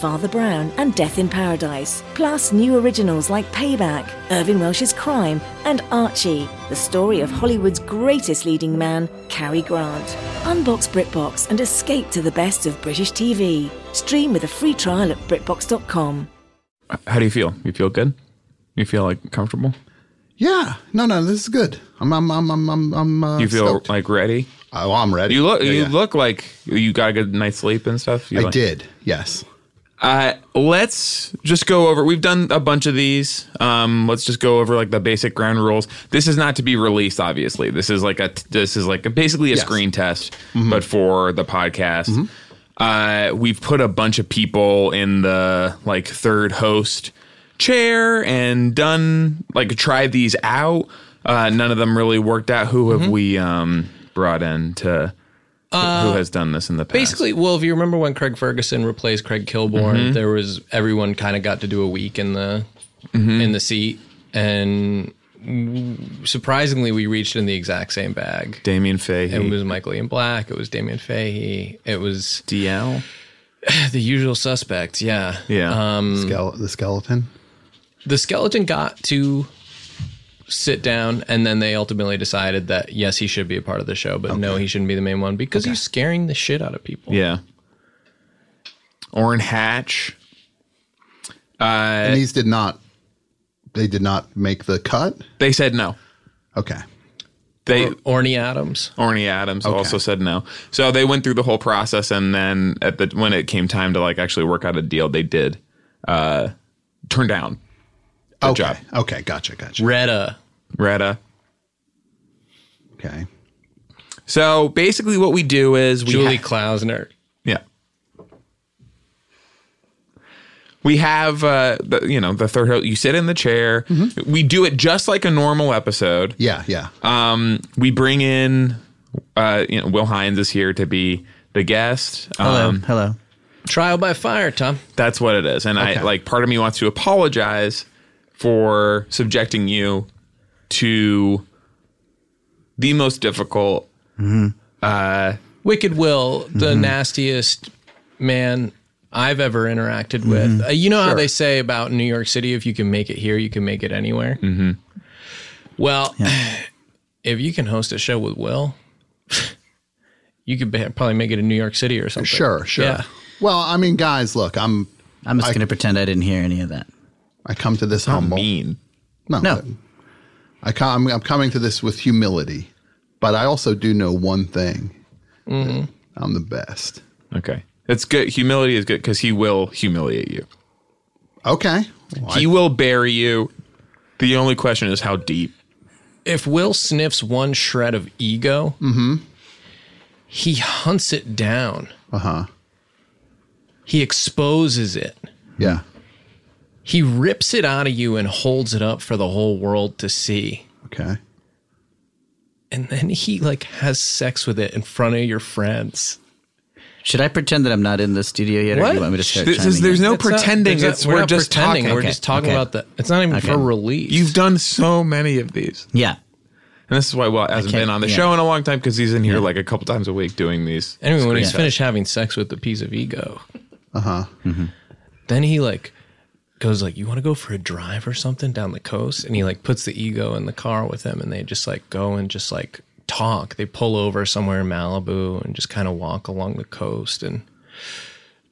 Father Brown, and Death in Paradise, plus new originals like Payback, Irving Welsh's Crime, and Archie, the story of Hollywood's greatest leading man, Cary Grant. Unbox BritBox and escape to the best of British TV. Stream with a free trial at BritBox.com. How do you feel? You feel good? You feel like comfortable? Yeah. No, no, this is good. I'm, I'm, I'm, I'm, I'm, I'm uh, You feel stoked. like ready? oh, I'm ready. You look. Yeah, you yeah. look like you got a good night's sleep and stuff. You I like- did. Yes. Uh, let's just go over. We've done a bunch of these. Um, let's just go over like the basic ground rules. This is not to be released, obviously. This is like a. This is like a, basically a Yes. screen test, but for the podcast. Uh, we've put a bunch of people in the like third host chair and done like tried these out. Uh, none of them really worked out. Who have we um brought in to? who- who has done this in the past? Basically, well, if you remember when Craig Ferguson replaced Craig Kilborn, there was everyone kind of got to do a week in the in the seat, and w- surprisingly, we reached in the exact same bag. Damien Fahey. It was Michael Ian Black. It was Damian Fahey. It was DL. the usual suspects. Yeah, Yeah. Um, Skele- the skeleton. the skeleton got to sit down and then they ultimately decided that yes he should be a part of the show but no he shouldn't be the main one because he's scaring the shit out of people yeah. Orrin Hatch. Uh, and these did not. They did not make the cut. They said no. Okay. They orny adams Orny Adams also said no. So they went through the whole process, and then at the when it came time to like actually work out a deal, they did uh, turn down okay. job. Okay. Gotcha. Gotcha. retta Retta. okay. So basically, what we do is we julie ha- klausner Yeah. We have, uh, the, you know, the third. ho- You sit in the chair. We do it just like a normal episode. Yeah. Yeah. we bring in uh you know will hines is here to be the guest Hello, um hello. trial by fire tom that's what it is and i Okay. like part of me wants to apologize for subjecting you to the most difficult wicked will the Mm-hmm. nastiest man i've ever interacted with Mm-hmm. Uh, you know how they say about new york city if you can make it here you can make it anywhere mm-hmm. well if you can host a show with will you could ba- probably make it in new york city or something sure. Sure. yeah. Well, I mean, guys, look, I'm. I'm just going to pretend I didn't hear any of that. I come to this humble. mean No. No. I come, I'm coming to this with humility, but I also do know one thing. Mm-hmm. I'm the best. okay it's good humility is good because he will humiliate you Okay. Well, I- he will bury you the only question is how deep if will sniffs one shred of ego Mm-hmm. he hunts it down uh-huh. he exposes it Yeah. he rips it out of you and holds it up for the whole world to see Okay. and then he like has sex with it in front of your friends. Should I pretend that I'm not in the studio yet, or What? do you want me to start This is- chiming there's in? no It's not- pretending there's not- it's we're, not just pretending. talking We're Okay, just talking okay. about the. It's not even Okay. for release. you've done so many of these Yeah. And this is why Will hasn't can't- been on the yeah. show in a long time because he's in here like a couple times a week doing these. anyway when he's screenshots. finished having sex with the piece of ego. Uh huh. Then he like goes like, "You want to go for a drive or something down the coast?" And he like puts the ego in the car with him, and they just like go and just like talk. They pull over somewhere in Malibu and just kind of walk along the coast and.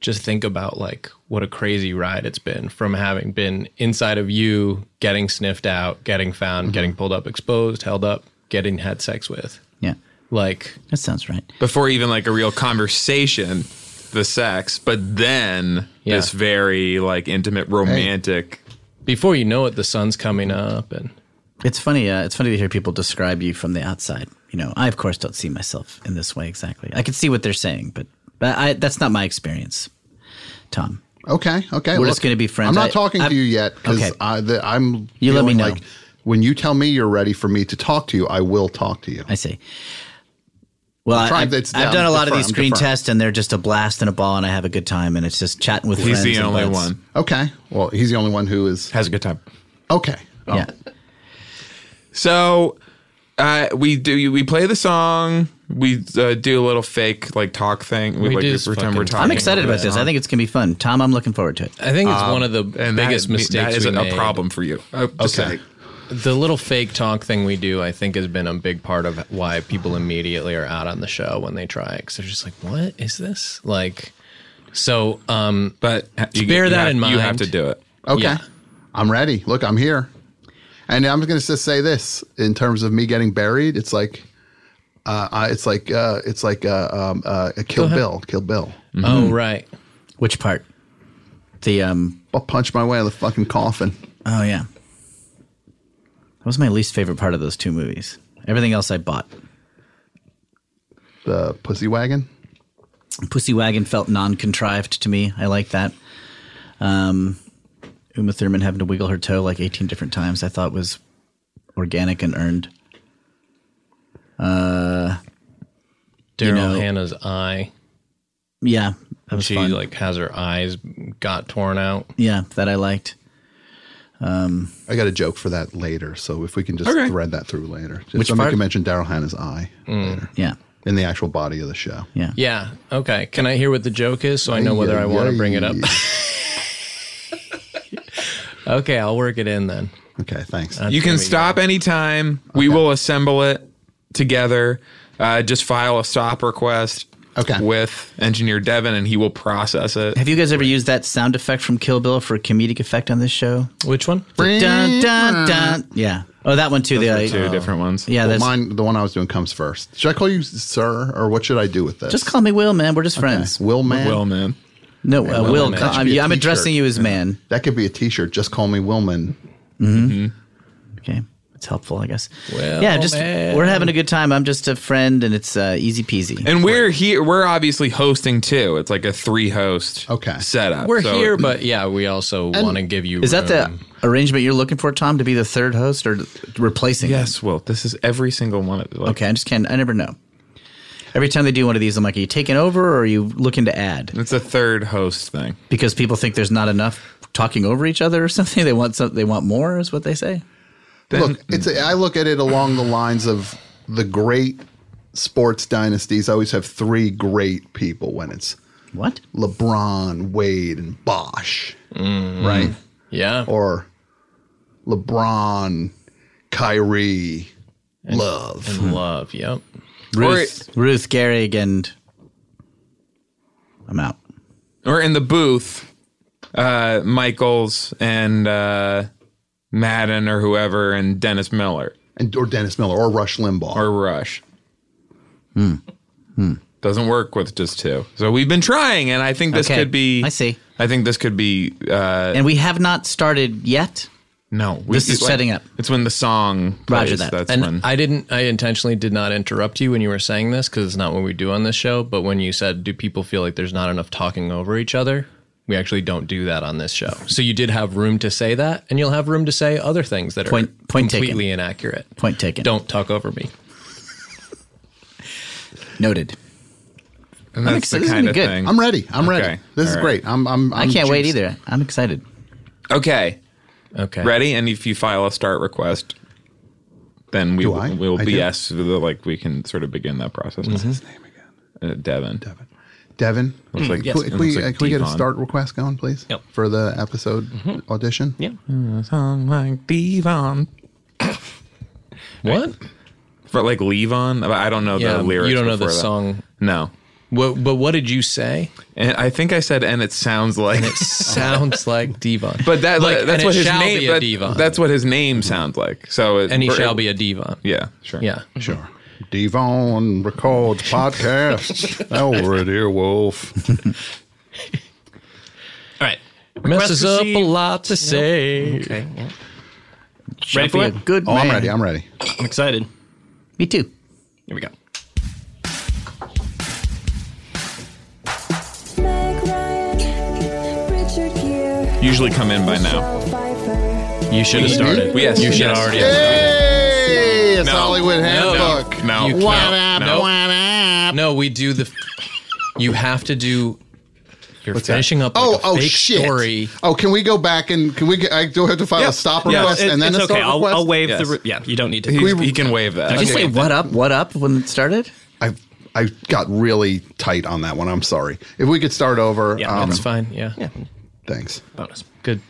just think about like what a crazy ride it's been from having been inside of you, getting sniffed out, getting found, getting pulled up, exposed, held up, getting had sex with. Yeah. Like That sounds right. before even like a real conversation, the sex, but then Yeah. this very like intimate romantic. before you know it, the sun's coming up and It's funny. Uh, it's funny to hear people describe you from the outside. You know, I of course don't see myself in this way exactly. I can see what they're saying, but but I, that's not my experience, Tom. Okay. Okay. We're just gonna be friends. I'm not I- talking I'm- to you yet because Okay. I'm. You let me feeling know. Like, when you tell me you're ready for me to talk to you, I will talk to you. I see. Well, I, Try- have it's- I've I'm done a lot of defer- these I'm screen deferring. tests, and they're just a blast and a ball, and I have a good time, and it's just chatting with He's friends. the and only buds. one. Okay. Well, he's the only one who is Has a good time. okay. Oh, Yeah. So uh, we do we play the song. We uh, do a little fake like talk thing. We, We like do pretend we're fucking- talking. I'm excited about this. I Uh-huh. think it's gonna be fun. Tom, I'm looking forward to it. I think it's one of the Um, and biggest that, mistakes that is we a made. problem for you. Uh, just Okay. saying. The little fake talk thing we do, I think, has been a big part of why people immediately are out on the show when they try it because they're just like, "What is this?" Like, so um, but you, Bear you that have- in You have mind. to do it. Okay. Yeah. I'm ready. Look, I'm here. And I'm going to just say this in terms of me getting buried. It's like, uh, I- it's like, uh, it's like uh, um, uh, a Kill Bill, Kill Bill. Mm-hmm. oh right, Which part? The um. I'll punch my way out of the fucking coffin. Oh yeah. That was my least favorite part of those two movies. Everything else I bought. The pussy wagon. Pussy Wagon felt non-contrived to me. I like that. Um, Uma Thurman having to wiggle her toe like 18 different times, I thought was organic and earned. Daryl know- Hannah's eye. Yeah, that was She fun. like has her eyes got torn out. yeah, that I liked. I got a joke for that later. So if we can just Okay. thread that through later. Just Which Which somebody part? can mention Daryl Hannah's eye later Yeah, in the actual body of the show. yeah, Yeah. Okay. Can I hear what the joke is so I know whether I want to bring it up? okay, I'll work it in then. Okay, thanks. Uh, You can stop anytime. We will assemble it together. Uh, just file a stop request Okay. with engineer Devin, and he will process it. Have you guys ever used that sound effect from Kill Bill for comedic effect on this show? Which one? Dun, dun, dun. Yeah. Oh, that one too. The, Two uh, different ones. Yeah, well, that's mine, the one I was doing comes first. Should I call you sir or what should I do with this? just call me Will, man. We're just friends. Will man. Will man. No, uh, Will. man. call- That should I'm, be a I'm addressing t-shirt. you as man. That could be a T-shirt. Just call me Willman. Okay. It's helpful, I guess. Well, yeah, just man. we're having a good time. I'm just a friend, and it's uh, easy peasy. And we're here. We're obviously hosting too. It's like a three-host Okay. setup. We're So here, but yeah, we also want to give you. Is that the room. arrangement you're looking for, Tom, to be the third host or replacing? him? Yes, Will. This is every single one of like, Okay, I just can't. I never know. Every time they do one of these, I'm like, are you taking over or are you looking to add? It's a third host thing. Because people think there's not enough talking over each other or something. They want some, They want more, is what they say. Look, it's a, I look at it along the lines of the great sports dynasties. always have three great people when it's What? LeBron, Wade, and Bosch, Mm. right? yeah? Or LeBron, Kyrie, Love. Hmm. love. Yep. Ruth, Ruth Gehrig, and I'm out. Or in the booth, uh, Michaels and uh, Madden or whoever, and Dennis Miller and or Dennis Miller or Rush Limbaugh. or Rush. Hmm. Doesn't work with just two. So we've been trying, and I think this Okay, could be. I see. I think this could be. Uh, and we have not started yet. no, we- This is it's like- setting up. It's when the song. Plays, Roger that. That's And when. I didn't. I intentionally did not interrupt you when you were saying this because it's not what we do on this show. But when you said, "Do people feel like there's not enough talking over each other?" We actually don't do that on this show. So you did have room to say that, and you'll have room to say other things that Point- are point taken. completely inaccurate. Point taken. Don't talk over me. Noted. and I'm that's the excited. This is gonna kind be of good. thing. I'm ready. I'm ready. Okay. This is All right. great. I'm. I'm. I'm I'm I can not wait juiced. either. I'm excited. Okay. Okay. ready and if you file a start request then we Do will I? we'll I do. BS so that, like we can sort of begin that Mm-hmm. process. What's his name again? Uh, Devin. Devin, Looks like- can, yes. we- can we, Looks like uh, can we get a Devon. Mm-hmm. start request going, please, Yep. for the episode audition? Yeah. Song like Devon. What? For like Levon, I don't know Yeah, the lyrics. you don't know the before that. song. No, What, but what did you say? and I think I said, and it sounds like. Sounds like Devon. but that like, and that's it what his shall name. Be a that- Devon. That's what his name sounds like. So it, and he or- shall be a Devon. Yeah, sure. Yeah. Sure. Devon Records Oh, Podcast. Over at Earwolf. All right. Messes up a received. lot to say. Okay. Yeah. Shall Ready for be it? a Good. Oh, I'm man. ready. I'm ready. I'm excited. Me too. Here we go. Meg Ryan, Richard Gere, Usually come in by now. Michelle Pfeiffer, You should have started. We- yes, you should yes. already. Hey, it's No. Hollywood No. Handbook. No. You No. can't. No. no, we do the. You have to do. You're that? finishing up. Oh, like a oh fake shit! Story. Oh, can we go back and can we? Get, I do have to file Yeah. a stop Yeah. request It- and then it's a stop okay. I'll, request. I'll waive Yes. the. Re- yeah, you don't need to. He, he can waive that. Did you say what up, what up when it started? I I got really tight on that one. I'm sorry. If we could start over. Yeah, um, That's fine. Yeah. yeah, Thanks. bonus. Good.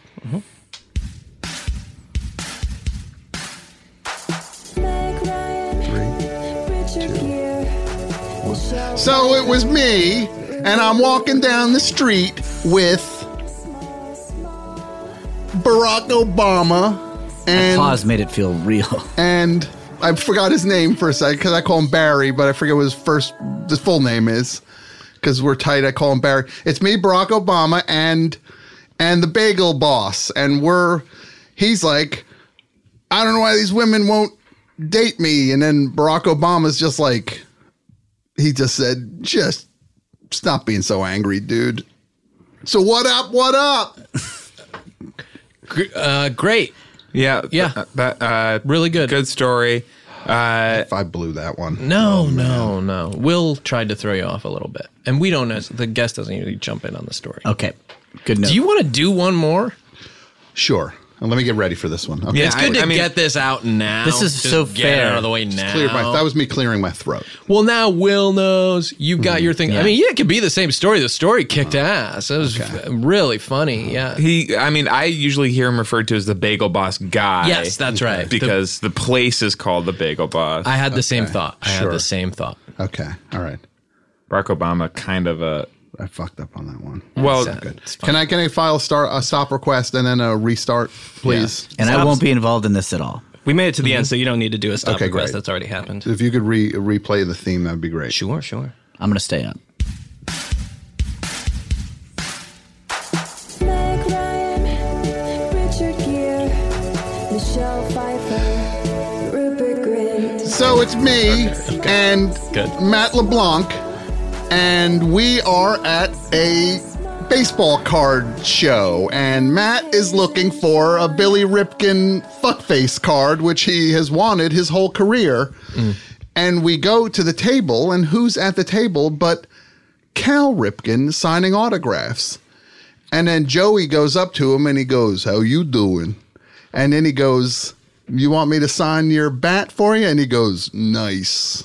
Meg Ryan, Richard Gere, Michelle So it was me, and I'm walking down the street with Small, small. Barack Obama That and pause made it feel real. and I forgot his name for a second because I call him Barry, but I forget what his first his full name is because we're tight. I call him Barry. It's me, Barack Obama, and and the Bagel Boss, and we're he's like, I don't know why these women won't date me, and then Barack Obama's just like, he just said, just stop being so angry, dude. So what up? What up? Gr- Uh, great. Yeah, Yeah. th- that, uh, Really good. good story. If I blew that one, No, no, no. Will tried to throw you off a little bit, and we don't know. The guest doesn't usually jump in on the story. Okay, good note. Do you want to do one more? sure. And let me get ready for this one. Okay. Yeah, It's good I- to I mean- get this out now. This is Just so get fair. it out of the way now. Clear my, that was me clearing my throat. Well, now Will knows you've Hmm, got your thing. I mean, yeah, it could be the same story. The story kicked Oh, ass. It was f- really funny. Yeah. He, I mean, I usually hear him referred to as the Bagel Boss guy. Yes, that's right. Because the, place is called the Bagel Boss. I had the same thought. I sure. had the same thought. Okay. All right. Barack Obama, kind of a I fucked up on that one. well. Sad. Can I can I file a start a stop request and then a restart, please? and I Stop. won't be involved in this at all. We made it to the Mm-hmm. end, so you don't need to do a stop Okay, request. great. That's already Uh, happened. If you could re replay the theme, that'd be great. Sure, sure. I'm gonna stay up. Meg Ryan, Richard Gere, Michelle Pfeiffer, Rupert Grint. So it's me and Matt LeBlanc, and we are at a baseball card show, and Matt is looking for a Billy Ripkin fuckface card, which he has wanted his whole career. And we go to the table, and who's at the table but Cal Ripkin signing autographs? And then Joey goes up to him and he goes, "How you doing?" And then he goes, "You want me to sign your bat for you?" And he goes, "Nice."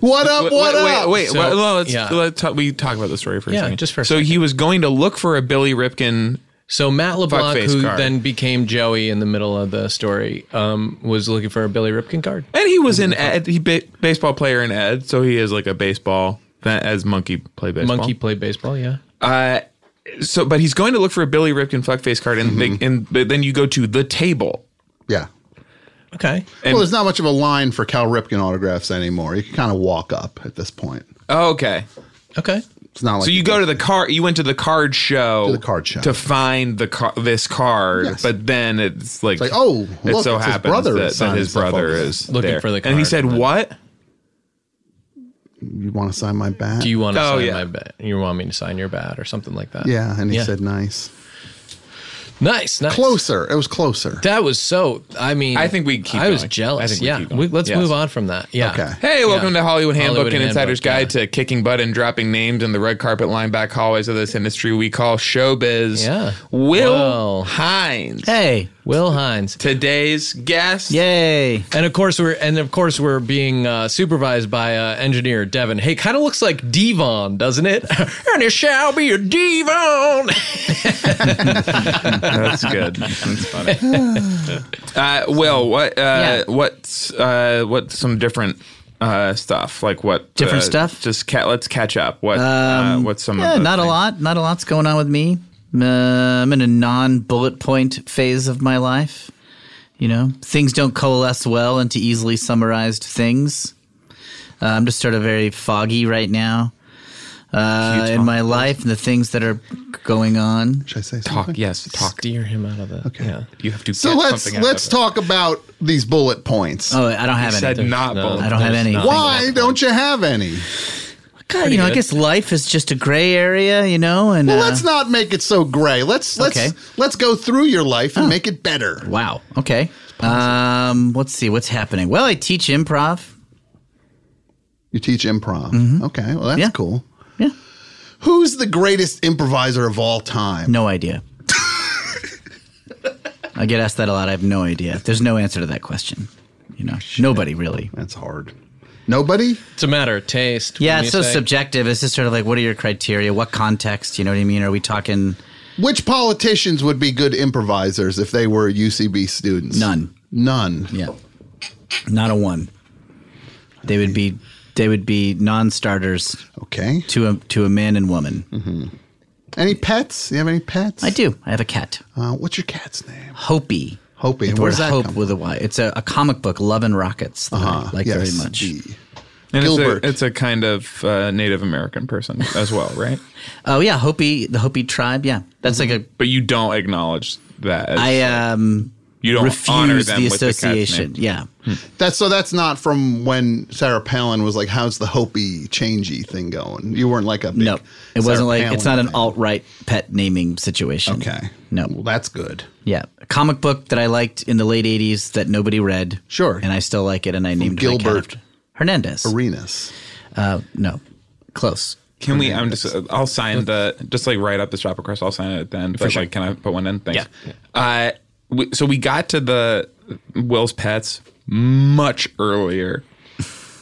What up? Wait, what wait, up? Wait, wait, uh, So, well, let's, yeah. let's talk, we talk about the story for a Yeah, second. just for a so he was going to look for a Billy Ripkin. So Matt LeBlanc, Fuckface who card. then became Joey in the middle of the story, um, was looking for a Billy Ripkin card. And he was in Ed, he ba- baseball player in Ed, so he is like a baseball that as monkey play baseball. Monkey played baseball. Yeah. Uh, so, but he's going to look for a Billy Ripkin fuckface card, and Mm-hmm. they, and but then you go to the table. Yeah. Okay. well, there's not much of a line for Cal Ripken autographs anymore. You can kind of walk up at this point. Oh, okay, Okay. It's not like so you go to the car. You went to the card show. To the card show. to find the car, this card, Yes. but then it's like, like, oh, it look, so it's his happens brother that, is signing that his himself brother up. is Looking there. for the and he card, said but- what? You want to sign my bat? Do you want to Oh, sign yeah. my bat? You want me to sign your bat or something like that? Yeah, and he Yeah. said nice. Nice. Nice. Closer. It was closer. That was so. I mean, I think we keep I was going. jealous. I think we yeah. keep going. We- let's Yes. move on from that. Yeah. Okay. Hey, welcome Yeah. to Hollywood Handbook Hollywood and Insider's Guide Handbook, to Kicking Butt and Dropping Names in the Red Carpet Line Back Hallways of this industry we call showbiz. Yeah. Will Well. Hines, Hey, Will Hines. today's guest. yay! And of course we're and of course we're being uh, supervised by uh, engineer Devin. Hey, kind of looks like Devon, doesn't it? and it shall be a Devon. That's good. That's funny. uh, Will, what, uh, what's, uh, what's some different uh, stuff? Like what? Different uh, stuff? Um, Just ca- let's catch up. What? uh, what's some? Yeah, of the not a things? lot. Not a lot's going on with me. Uh, I'm in a non-bullet point phase of my life. You know, things don't coalesce well into easily summarized things. Uh, I'm just sort of very foggy right now uh, in my life and the things that are going on. Should I say something? Talk. Yes, talk. Steer him out of the. Okay. Yeah. You have to. So get let's something out let's of it. talk about these bullet points. Oh, I don't have any. Said not no. both. I don't have There's any. nothing. Why don't you have any? God, you know, I good. guess life is just a gray area, you know, and Well, uh, let's not make it so gray. Let's let's Okay. let's go through your life and make it better. Wow. Okay. Um, let's see what's happening. Well, I teach improv. You teach improv. Okay, well that's Yeah. cool. Yeah. Who's the greatest improviser of all time? No idea. I get asked that a lot. I have no idea. There's no answer to that question. You know, nobody really. That's hard. Nobody? It's a matter of taste. Yeah, wouldn't it's you so say? subjective. It's just sort of like, what are your criteria? What context? You know what I mean? Are we talking? Which politicians would be good improvisers if they were UCB students? None. None. Yeah, not a one. They would be. They would be non-starters Okay. to a to a man and woman. Any pets? You have any pets? I do. I have a cat, Uh, what's your cat's name? Hopi. Hopi. The Where's word that Hope come Uh-huh. with a Y. It's a, a comic book, Love and Rockets. That Uh, I like very much. the- And Gilbert. It's, a, it's a kind of uh, Native American person as well, right? Oh yeah, Hopi. The Hopi tribe. Yeah, that's Mm-hmm. like a. But you don't acknowledge that. As, I um you don't honor refuse them the with cat's name. association. yeah. That's so. That's not from when Sarah Palin was like, "How's the Hopi changey thing going?" You weren't like a big No, it Sarah wasn't like it's Palin not an thing. alt right pet naming situation. Okay. No. Well, that's good. Yeah. A comic book that I liked in the late 80s that nobody read. Sure. And I still like it and I named my cat Gilbert. after- Hernandez. Arenas. Uh, no. Close. Can we? I'm just. uh, I'll sign the. Just like write up this drop request. I'll sign it at the end. But like, can I put one in? Thanks. Uh, we, so we got to the Will's pets much earlier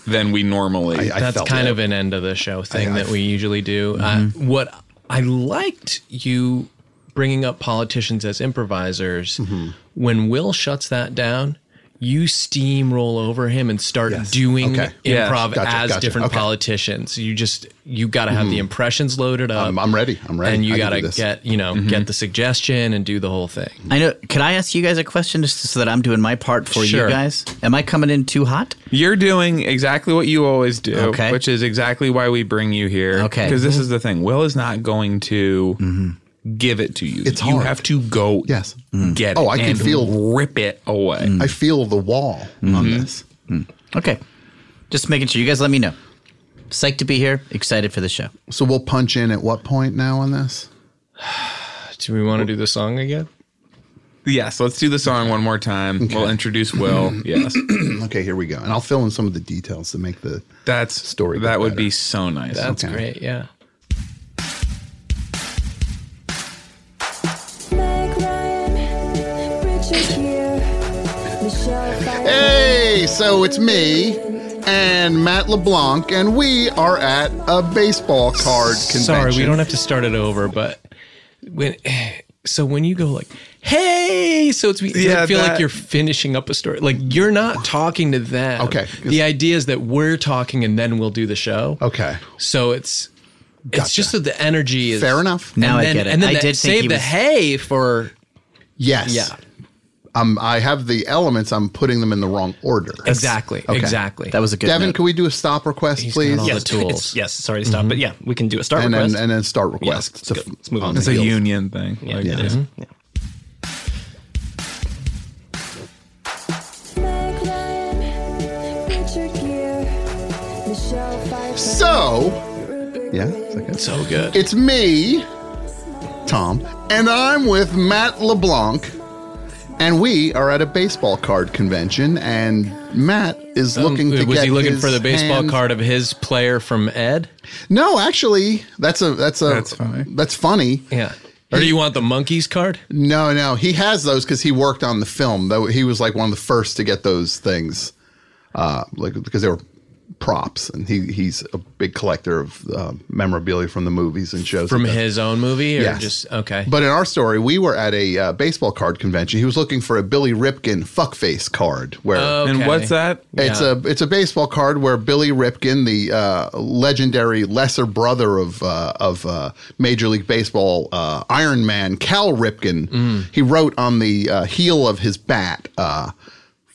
than we normally. I- I That's felt kind it. of an end of the show thing I- Mm-hmm. I- that we usually do. Uh, what I liked you bringing up politicians as improvisers. Mm-hmm. When Will shuts that down, you steamroll over him and start Yes. doing Okay. Yeah. improv Gotcha, as gotcha. different Okay. Mm-hmm. politicians. You just you got to have the impressions loaded up. I'm- I'm ready. I'm ready. And you I can got to do this. Mm-hmm. get you know get the suggestion and do the whole thing. I know. Could I ask you guys a question just so that I'm doing my part for Sure. you guys? Am I coming in too hot? You're doing exactly what you always do, Okay. which is exactly why we bring you here. Okay. Because this is the thing. Will is not going to give it to you. Mm-hmm. It's You hard. have to go Yes. get it. Oh, I can and feel- Mm. rip it away. I feel the wall on Mm-hmm. this. Okay. Just making sure. You guys let me know. Psyched to be here. Excited for the show. So we'll punch in at what point now on this? Do we want to do the song again? Yes, let's do the song one more time. We'll introduce Will. yes. Okay, here we go. And I'll fill in some of the details to make the. That's Story That bit would be better. so nice. That's Okay. great. Yeah. Meg Ryan, Richard Gere, Michelle Pfeiffer. Hey, so it's me and Matt LeBlanc, and we are at a baseball card convention. Sorry, we don't have to start it over, but when so when you go like, hey, so it's does Yeah, it feel that- like you're finishing up a story. Like you're not talking to them. Okay. The idea is that we're talking and then we'll do the show. Okay. So it's it's just that the energy is Fair enough. Um, and Now I then, get it. And then I that- did think save he the was- hey for Yes. yeah. Um, I have the elements. I'm putting them in the wrong order. Exactly. Okay. Exactly. That was a good Devin, note. can we do a stop request, He's got please? all the Yes, tools. it's- yes. Sorry to stop, Mm-hmm. but yeah, we can do a start And request. then, and then start request. let's to go. f- Let's move on. the it's a heels. union thing. yeah, Like, it is. Mm-hmm. Mm-hmm. Yeah. Meg Ryan, Richard Gere, Michelle Pfeiffer. So, Rupert yeah, Grint, it's okay. so good. it's me, Tom, and I'm with Matt LeBlanc, and we are at a baseball card convention, and Matt is looking to Um, was get he looking his for the baseball hands- card of his player from Ed? No, actually, that's a that's a That's funny. That's funny. Yeah. Or do you want the monkeys card? No, no, he has those because he worked on the film. Though he was like one of the first to get those things, uh, like because they were props, and he he's a big collector of uh, memorabilia from the movies and shows. From like that. his own movie or Yes. just okay. But in our story, we were at a uh, baseball card convention. He was looking for a Billy Ripkin fuckface card, where Okay. And what's that? it's yeah. a it's a baseball card where Billy Ripkin, the uh, legendary lesser brother of uh, of uh, Major League Baseball uh, Iron Man Cal Ripkin, he wrote on the uh, heel of his bat, uh,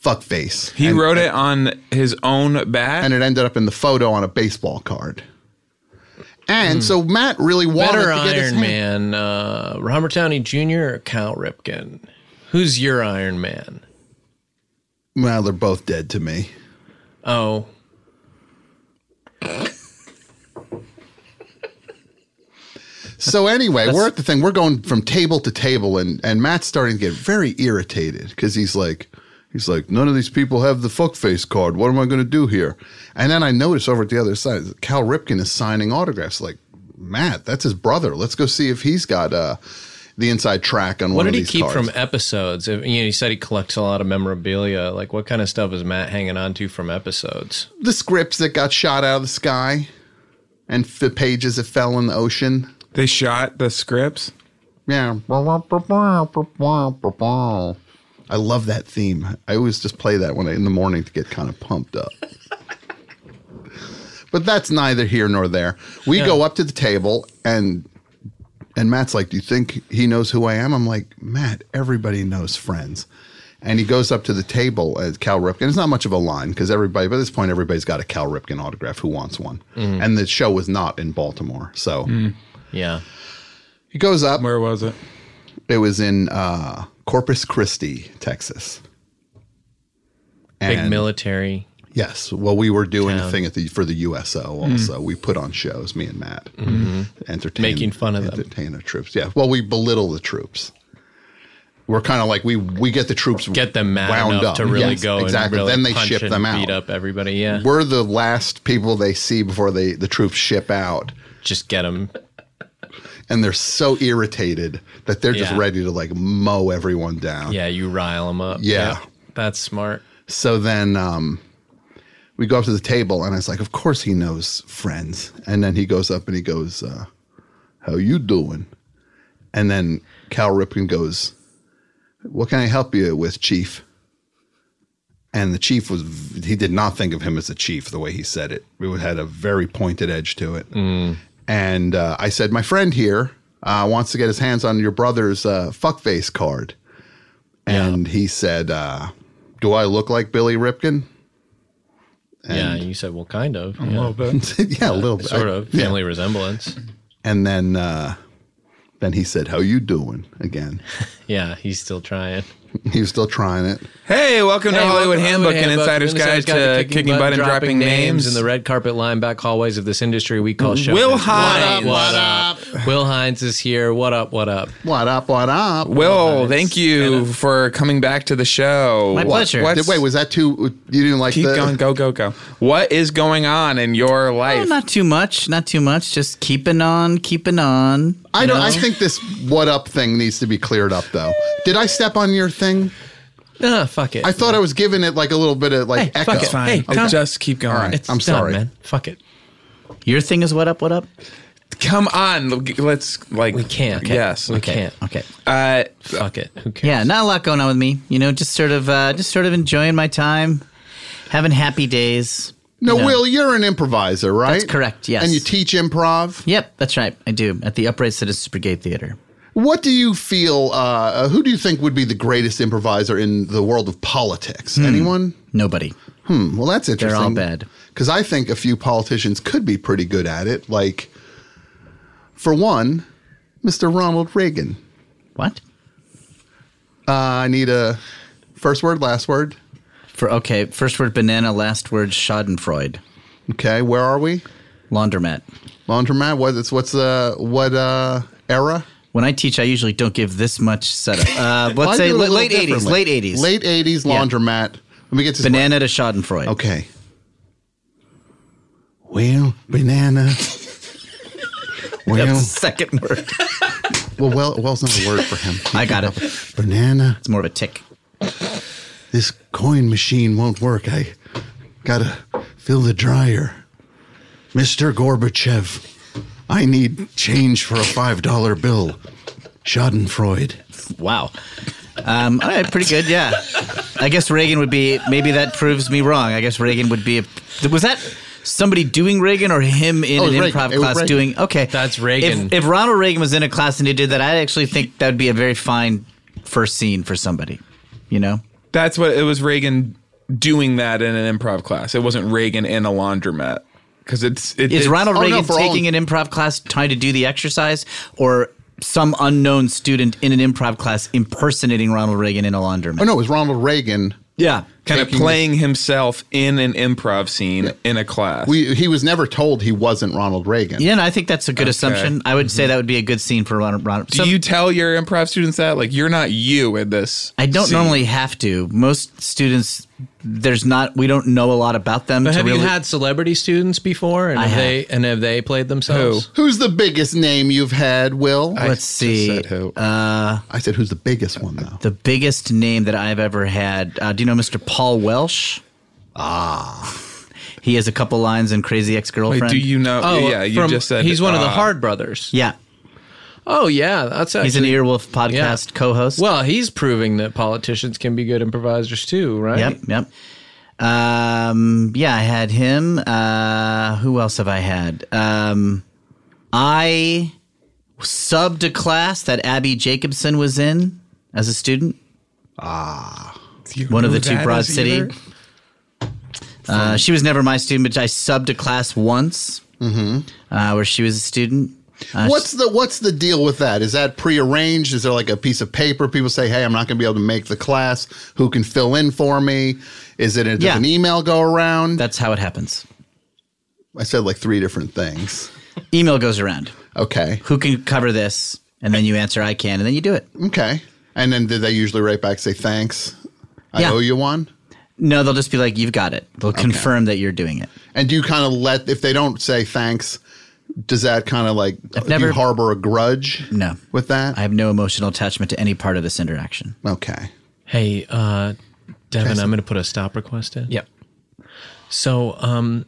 "fuckface." He and, wrote it on his own bat. and it ended up in the photo on a baseball card. And so Matt really wanted Better to get his Iron hand- Man, uh, Robert Downey Jr. or Cal Ripken? Who's your Iron Man? Well, they're both dead to me. Oh, So anyway, we're at the thing. We're going from table to table, and and Matt's starting to get very irritated because he's like, He's like, none of these people have the fuckface card. What am I going to do here? And then I notice over at the other side, Cal Ripken is signing autographs. Like, Matt, that's his brother. Let's go see if he's got uh, the inside track on What one of did he these keep cards. from episodes? If- You know, he said he collects a lot of memorabilia. Like, what kind of stuff is Matt hanging on to from episodes? the scripts that got shot out of the sky and f- the pages that fell in the ocean. They shot the scripts. Yeah. I love that theme. I always just play that when I, in the morning to get kind of pumped up. but that's neither here nor there. We go up to the table and and Matt's like, "Do you think he knows who I am?" I'm like, "Matt, everybody knows friends." And he goes up to the table at Cal Ripken. It's not much of a line because everybody, by this point, everybody's got a Cal Ripken autograph who wants one. And the show was not in Baltimore. So Yeah. he goes up. Where was it? It was in uh, Corpus Christi, Texas. Big And- military. Yes. Well, we were doing a Town. Mm-hmm. thing at the for the USO also. We put on shows, me and Matt, mm-hmm. entertain Making fun of them. entertain the troops. Yeah. Well, we belittle the troops. We're kind of like we we get the troops Get them mad enough to really Yes, go exactly. and really then they punch ship and them out. beat up everybody. Yeah. We're the last people they see before they the troops ship out, Just get them. and they're so irritated that they're just Yeah. ready to like mow everyone down. Yeah, you rile them up. Yeah. That's smart. So then um, we go up to the table, and I was like, "Of course he knows friends." And then he goes up and he goes, uh, "How you doing?" And then Cal Ripken goes, "What can I help you with, Chief?" And the chief was—he did not think of him as a chief the way he said it. It had a very pointed edge to it. And uh, I said, "My friend here uh, wants to get his hands on your brother's uh, fuckface card." And he said, uh, "Do I look like Billy Ripkin?" yeah. You said, well, kind of. yeah. bit. yeah, a little bit. Sort of. Yeah. Family resemblance. And then, uh, then he said, "How you doing?" Again, Yeah. He's still trying. he was still trying it. Hey, welcome to Hollywood Handbook, and Insider's Guide to Kicking Butt and Dropping Names. in the red carpet line back hallways of this industry we call show. Will business. Hines. What up? What up? Will Hines is here. What up? What up? What up? What up? Will, thank you for coming back to the show. My What- pleasure. what's- Did- wait, was that too? You didn't like keep the? going, go, go, go. What is going on in your Oh, life? not too much. Not too much. Just keeping on, keeping on. I don't. I think this "what up" thing needs to be cleared up, though. Did I step on your thing? Ah, fuck it. I thought I was giving it like a little bit of like Hey, echo. fuck it. Fine. Hey, I'll come- just keep going. All right. it's I'm done, sorry. man. Fuck it. Your thing is what up? What up? Come on, l- let's like We can't. Yes, we can't. Okay. Uh, Fuck it. Who cares? Yeah, not a lot going on with me. You know, just sort of, uh, just sort of enjoying my time, having happy days. No, No. Will, you're an improviser, right? That's correct, yes. And you teach improv. Yep, that's right. I do at the Upright Citizens Brigade Theater. What do you feel? Uh, who do you think would be the greatest improviser in the world of politics? Anyone? Nobody. Hmm. Well, that's interesting. Hmm. all bad. Because I think a few politicians could be pretty good at it. Like, for one, Mr. Ronald Reagan. What? Uh, I need a first word, last word. For okay, first word banana, last word Schadenfreude. Okay, where are we? Laundromat. Laundromat. What? It's what's uh what uh era? When I teach, I usually don't give this much setup. Uh, I let's do it say a la- little late eighties. differently. Late eighties. Late eighties. Yeah. Laundromat. Let me get this. banana to Schadenfreude. Okay. Well, banana. That's the well, second word. well, well, well's not a word for him. I got it. Banana. It's more of a tick. This coin machine won't work. I gotta fill the dryer. Mr. Gorbachev, I need change for a $5 bill. Schadenfreude. Wow. Um, all right, pretty good. Yeah, I guess Reagan would be. Maybe that proves me wrong. I guess Reagan would be. A, was that somebody doing Reagan or him in Oh, it an was Reagan. improv It was class Reagan. doing? Okay, That's Reagan. If, if Ronald Reagan was in a class and he did that, I actually think that would be a very fine first scene for somebody. You know, that's what it was. Reagan doing that in an improv class. It wasn't Reagan in a laundromat because it's it, is it's- Ronald oh, no, Reagan for all- taking an improv class trying to do the exercise or? Some unknown student in an improv class impersonating Ronald Reagan in a laundromat. Oh, no, it was Ronald Reagan Yeah. kind of Taking- playing himself in an improv scene in a class. We, he was never told he wasn't Ronald Reagan. Yeah, no, I think that's a good assumption. I would say that would be a good scene for Ronald. Ronald. Do So- you tell your improv students that? Like, you're not you in this. I don't scene. normally have to. Most students, there's not. We don't know a lot about them. But to have you really- had celebrity students before, and I have, have. they and have they played themselves? Who's the biggest name you've had, Will? I, Let's see. said who. said, who's the biggest one, though? The biggest name that I've ever had. Uh, do you know Mr. Paul Welsh? Ah, he has a couple lines in Crazy Wait, Ex-Girlfriend. do you know? Oh, yeah, you from- just said he's one of the uh, Hard Brothers. Yeah, Oh yeah, that's actually, he's an Earwolf podcast co-host. Well, he's proving that politicians can be good improvisers too, right? Yep, yep. Um, yeah, I had him. Uh, who else have I had? Um, I subbed a class that Abby Jacobson was in as a student. Do Ah. you One of know the two that Broad is City. either? Uh, she was never my student, but I subbed a class once Mm-hmm. uh, where she was a student. Uh, What's the what's the deal with that? Is that prearranged? Is there like a piece of paper? People say, "Hey, I'm not going to be able to make the class. Who can fill in for me?" Is it a, does Yeah. an email go around? That's how it happens. I said like three different things. Email goes around. Okay, Who can cover this? And then you answer, I can, and then you do it. okay. And then did they usually write back say thanks? I Yeah. owe you one. No, they'll just be like, you've got it. They'll confirm that you're doing it. And do you kind of let if they don't say thanks? Does that kind of like do never- you harbor a grudge? No. with that. I have no emotional attachment to any part of this interaction. okay. Hey, uh, Devin, I'm going to put a stop request in. Yep. So, um,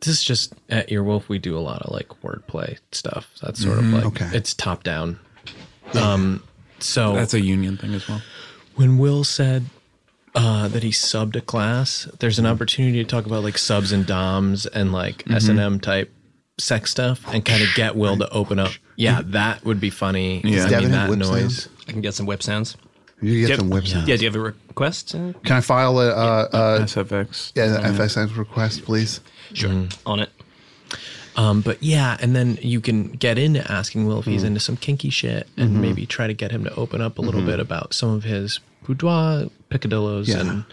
this is just at Earwolf. We do a lot of like wordplay stuff. That's sort of like okay. it's top down. Um, so That's a union thing as well. when Will said uh, that he subbed a class, there's an opportunity to talk about like subs and doms and like Mm-hmm. S and M type sex stuff, and kind of get Will to open up. Yeah, that would be funny. Yeah. I Devin mean have that whip noise. sounds? I can get some whip sounds. You get Yep. some whips. Yeah. do you have a request uh, Can I file a uh, uh, SFX. yeah, FSN request, please? on it? Um, but yeah, and then you can get into asking Will if Mm-hmm. he's into some kinky shit, and maybe try to get him to open up a little Mm-hmm. bit about some of his boudoir picadillos, Yeah. and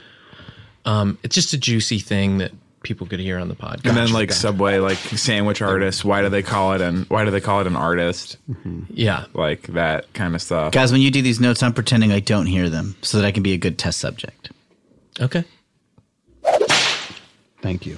um, it's just a juicy thing that people could hear on the podcast. And then like Subway, like sandwich artist. Why do they call it an Why do they call it an artist? yeah, Like that kind of stuff. Guys, when you do these notes, I'm pretending I don't hear them so that I can be a good test subject. okay. Thank you.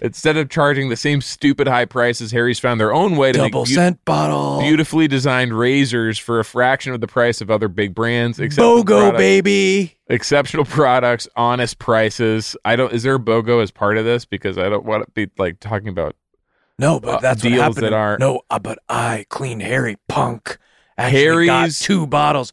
Instead of charging the same stupid high prices, Harry's found their own way to Double make beau- scent bottle. beautifully designed razors for a fraction of the price of other big brands. exceptional BOGO products- baby. exceptional products, honest prices. I don't. Is there a BOGO as part of this? Because I don't want to be like talking about No, uh, but that's deals what happened. that aren't- No, uh, but I clean Harry punk. Actually got Harry's- two bottles.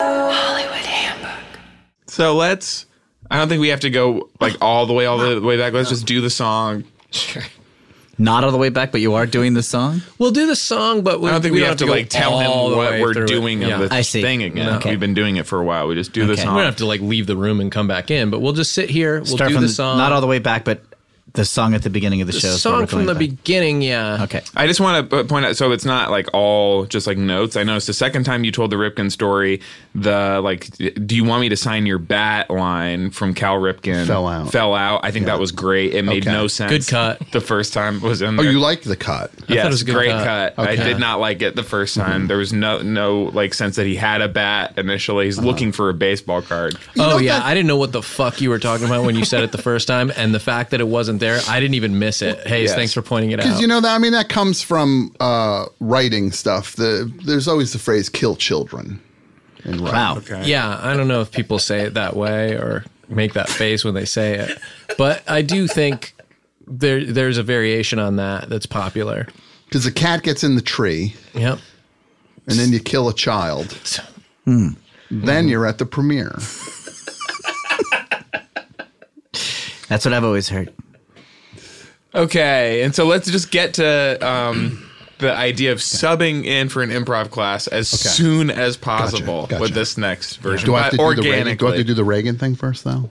Hollywood Handbook. So let's. I don't think we have to go like all the way, all the way back. Let's just do the song. Not all the way back, but you are doing the song. We'll do the song, but we, I don't think we, have, to go like tell all him the what way we're through it. doing Yeah. of the thing again. No. We've been doing it for a while. We just do the We song. don't have to like leave the room and come back in, but we'll just sit here. We'll Start do from the song. not all the way back, but the song at the beginning of the, The show. is what song we're from going the back. beginning, yeah. Okay. I just want to point out, so it's not like all just like notes. I noticed the second time you told the Ripken story, the like, do you want me to sign your bat line from Cal Ripken Fell out. Fell out. I think that was great. It made Okay. no sense. Good cut. The first time it was in. Oh, there. you liked the cut? Yes, great cut. Mm-hmm. I Okay. did not like it the first time. There was no no like sense that he had a bat initially. He's looking for a baseball card. oh yeah, I didn't know what the fuck you were talking about when you said it the first time, and the fact that it wasn't there, I didn't even miss it. Hey, Yes. thanks for pointing it Because out. you know that I mean that comes from uh, writing stuff. The, there's always the phrase "kill children." In writing. Yeah, I don't know if people say it that way or make that face when they say it, but I do think there there's a variation on that that's popular. Because the cat gets in the tree. Yep. And then you kill a child. Mm-hmm. Then you're at the premiere. That's what I've always heard. Okay, and so let's just get to um, the idea of subbing in for an improv class as soon as possible with this next version. Do I have to but do the Reagan, do I have organically. to do the Reagan thing first though?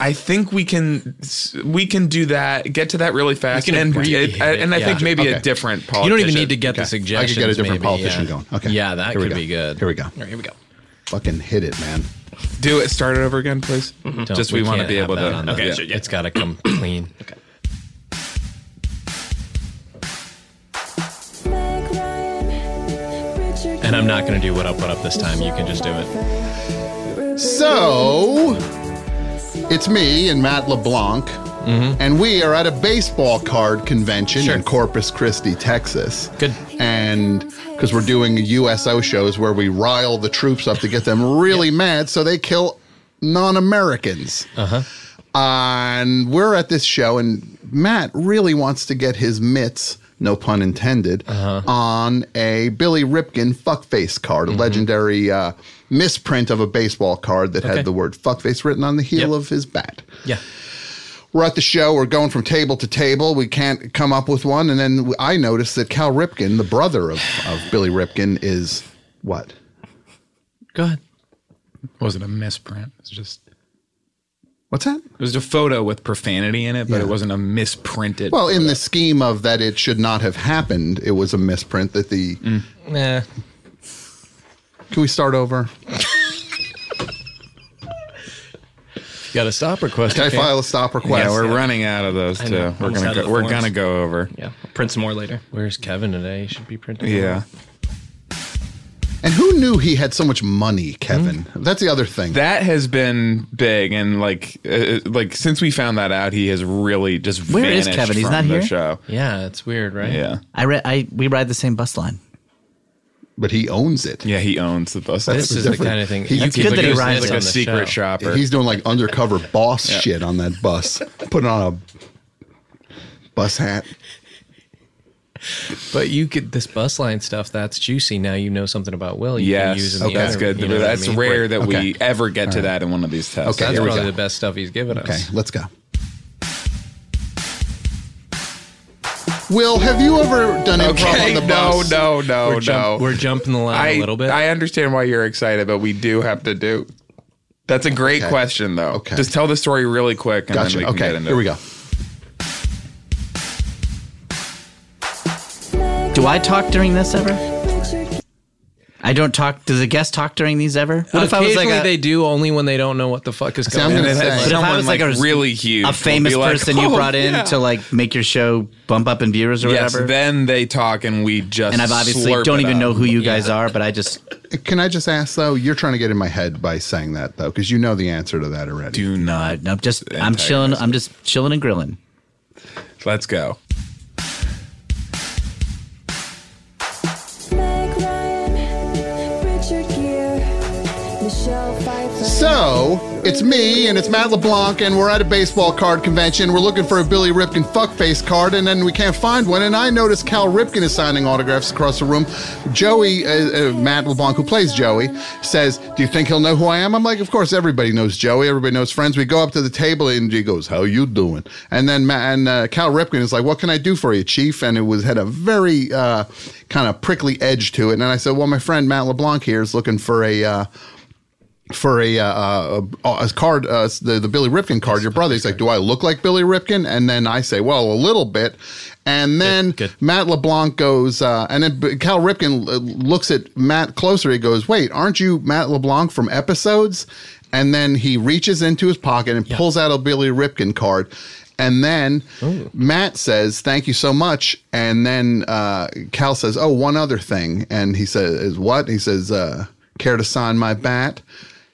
I think we can we can do that. Get to that really fast, can and abbreviate it- and I it, think yeah. maybe a Okay. different. You Politician. don't even need to get the I suggestions. could get a different maybe, politician yeah. going. Okay. Yeah, that Here we could go. be good. Here we go. Here we go. Fucking hit it, man. Do it. Start it over again, please. Don't- Just Mm-hmm. we, want to can't be have able that to. on the- okay, yeah. It's got to come clean. And I'm not going to do what I'll put up this time. You can just do it. So it's me and Matt LeBlanc, and we are at a baseball card convention in Corpus Christi, Texas. Good. And because we're doing USO shows where we rile the troops up to get them really mad, so they kill non Americans. Uh huh. And we're at this show, and Matt really wants to get his mitts no pun intended, on a Billy Ripkin fuckface card, a legendary uh, misprint of a baseball card that Okay. had the word fuckface written on the heel of his bat. Yeah. We're at the show. We're going from table to table. We can't come up with one. And then I noticed that Cal Ripkin, the brother of, of Billy Ripkin, is what? Go ahead. Was it a misprint? It's just What's that? it was a photo with profanity in it, but it wasn't a misprinted. Well, in the scheme of that it should not have happened, it was a misprint that the. Nah. Can we start over? Got a stop request. Can I okay? file a stop request? Yeah, we're running out of those I too. know. We're Almost gonna out of go, the we're forms. gonna go over. Yeah, I'll print some more later. Where's Kevin today? He should be printing. Yeah. And who knew he had so much money, Kevin? That's the other thing. That has been big, and like, uh, like since we found that out, he has really just Where is vanished Kevin? He's from not the here? Show. Yeah, it's weird, right? Yeah. I re- I we ride the same bus line. But he owns it. Yeah, he owns the bus. This is the kind of thing- He- That's he's good that he a- rides on the show. He's doing like undercover boss Yeah. shit on that bus, putting on a bus hat. But you could this bus line stuff. That's juicy. Now you know something about Will. You can use Yes, in the that's other- good. you know what I that's mean? rare that Okay. we ever get to All right. that in one of these tests. Okay, that's probably the best stuff he's given us. Okay, let's go. Will, have you ever done improv Okay, on the no, bus? no, no, Oh, We're jump- no. We're jumping the line I, a little bit. I understand why you're excited, but we do have to do. That's a great Okay. question, though. Okay. Just tell the story really quick, and then Gotcha. we can Okay, get into here we it. go. Do I talk during this ever? I don't talk. Does a guest talk during these ever? What if I was like Occasionally a, they do only when they don't know what the fuck is See, going I'm on. gonna say- But if I Someone, was like a- really huge a famous will be like, person you "Oh, brought in yeah." to like make your show bump up in viewers or yes, whatever? then they talk, and we just and I've obviously slurp don't it even up. know who you guys are, but I just Can I just ask though? You're trying to get in my head by saying that though, because you know the answer to that already. Do not. No, just I'm chilling. I'm just chilling and grilling. Let's go. Richard Gere, Michelle Pfeiffer. So it's me and it's Matt LeBlanc, and we're at a baseball card convention. We're looking for a Billy Ripkin fuckface card, and then we can't find one. And I notice Cal Ripkin is signing autographs across the room. Joey, uh, uh, Matt LeBlanc, who plays Joey, says, "Do you think he'll know who I am?" I'm like, "Of course, everybody knows Joey. Everybody knows friends." We go up to the table, and he goes, "How you doing?" And then Ma and uh, Cal Ripkin is like, "What can I do for you, Chief?" And it was had a very uh, kind of prickly edge to it. And I said, "Well, my friend Matt LeBlanc here is looking for a." Uh, for a, uh, uh, a, a card, uh, the, the Billy Ripkin card, your brother. He's like, Do I look like Billy Ripkin? And then I say, Well, a little bit. And then Matt LeBlanc goes, uh, and then B- Cal Ripkin uh, looks at Matt closer. He goes, Wait, aren't you Matt LeBlanc from episodes? And then he reaches into his pocket and pulls out a Billy Ripkin card. And then Matt says, "Thank you so much." And then uh, Cal says, "Oh, one other thing." And he says, "What?" He says, uh, "Care to sign my bat?"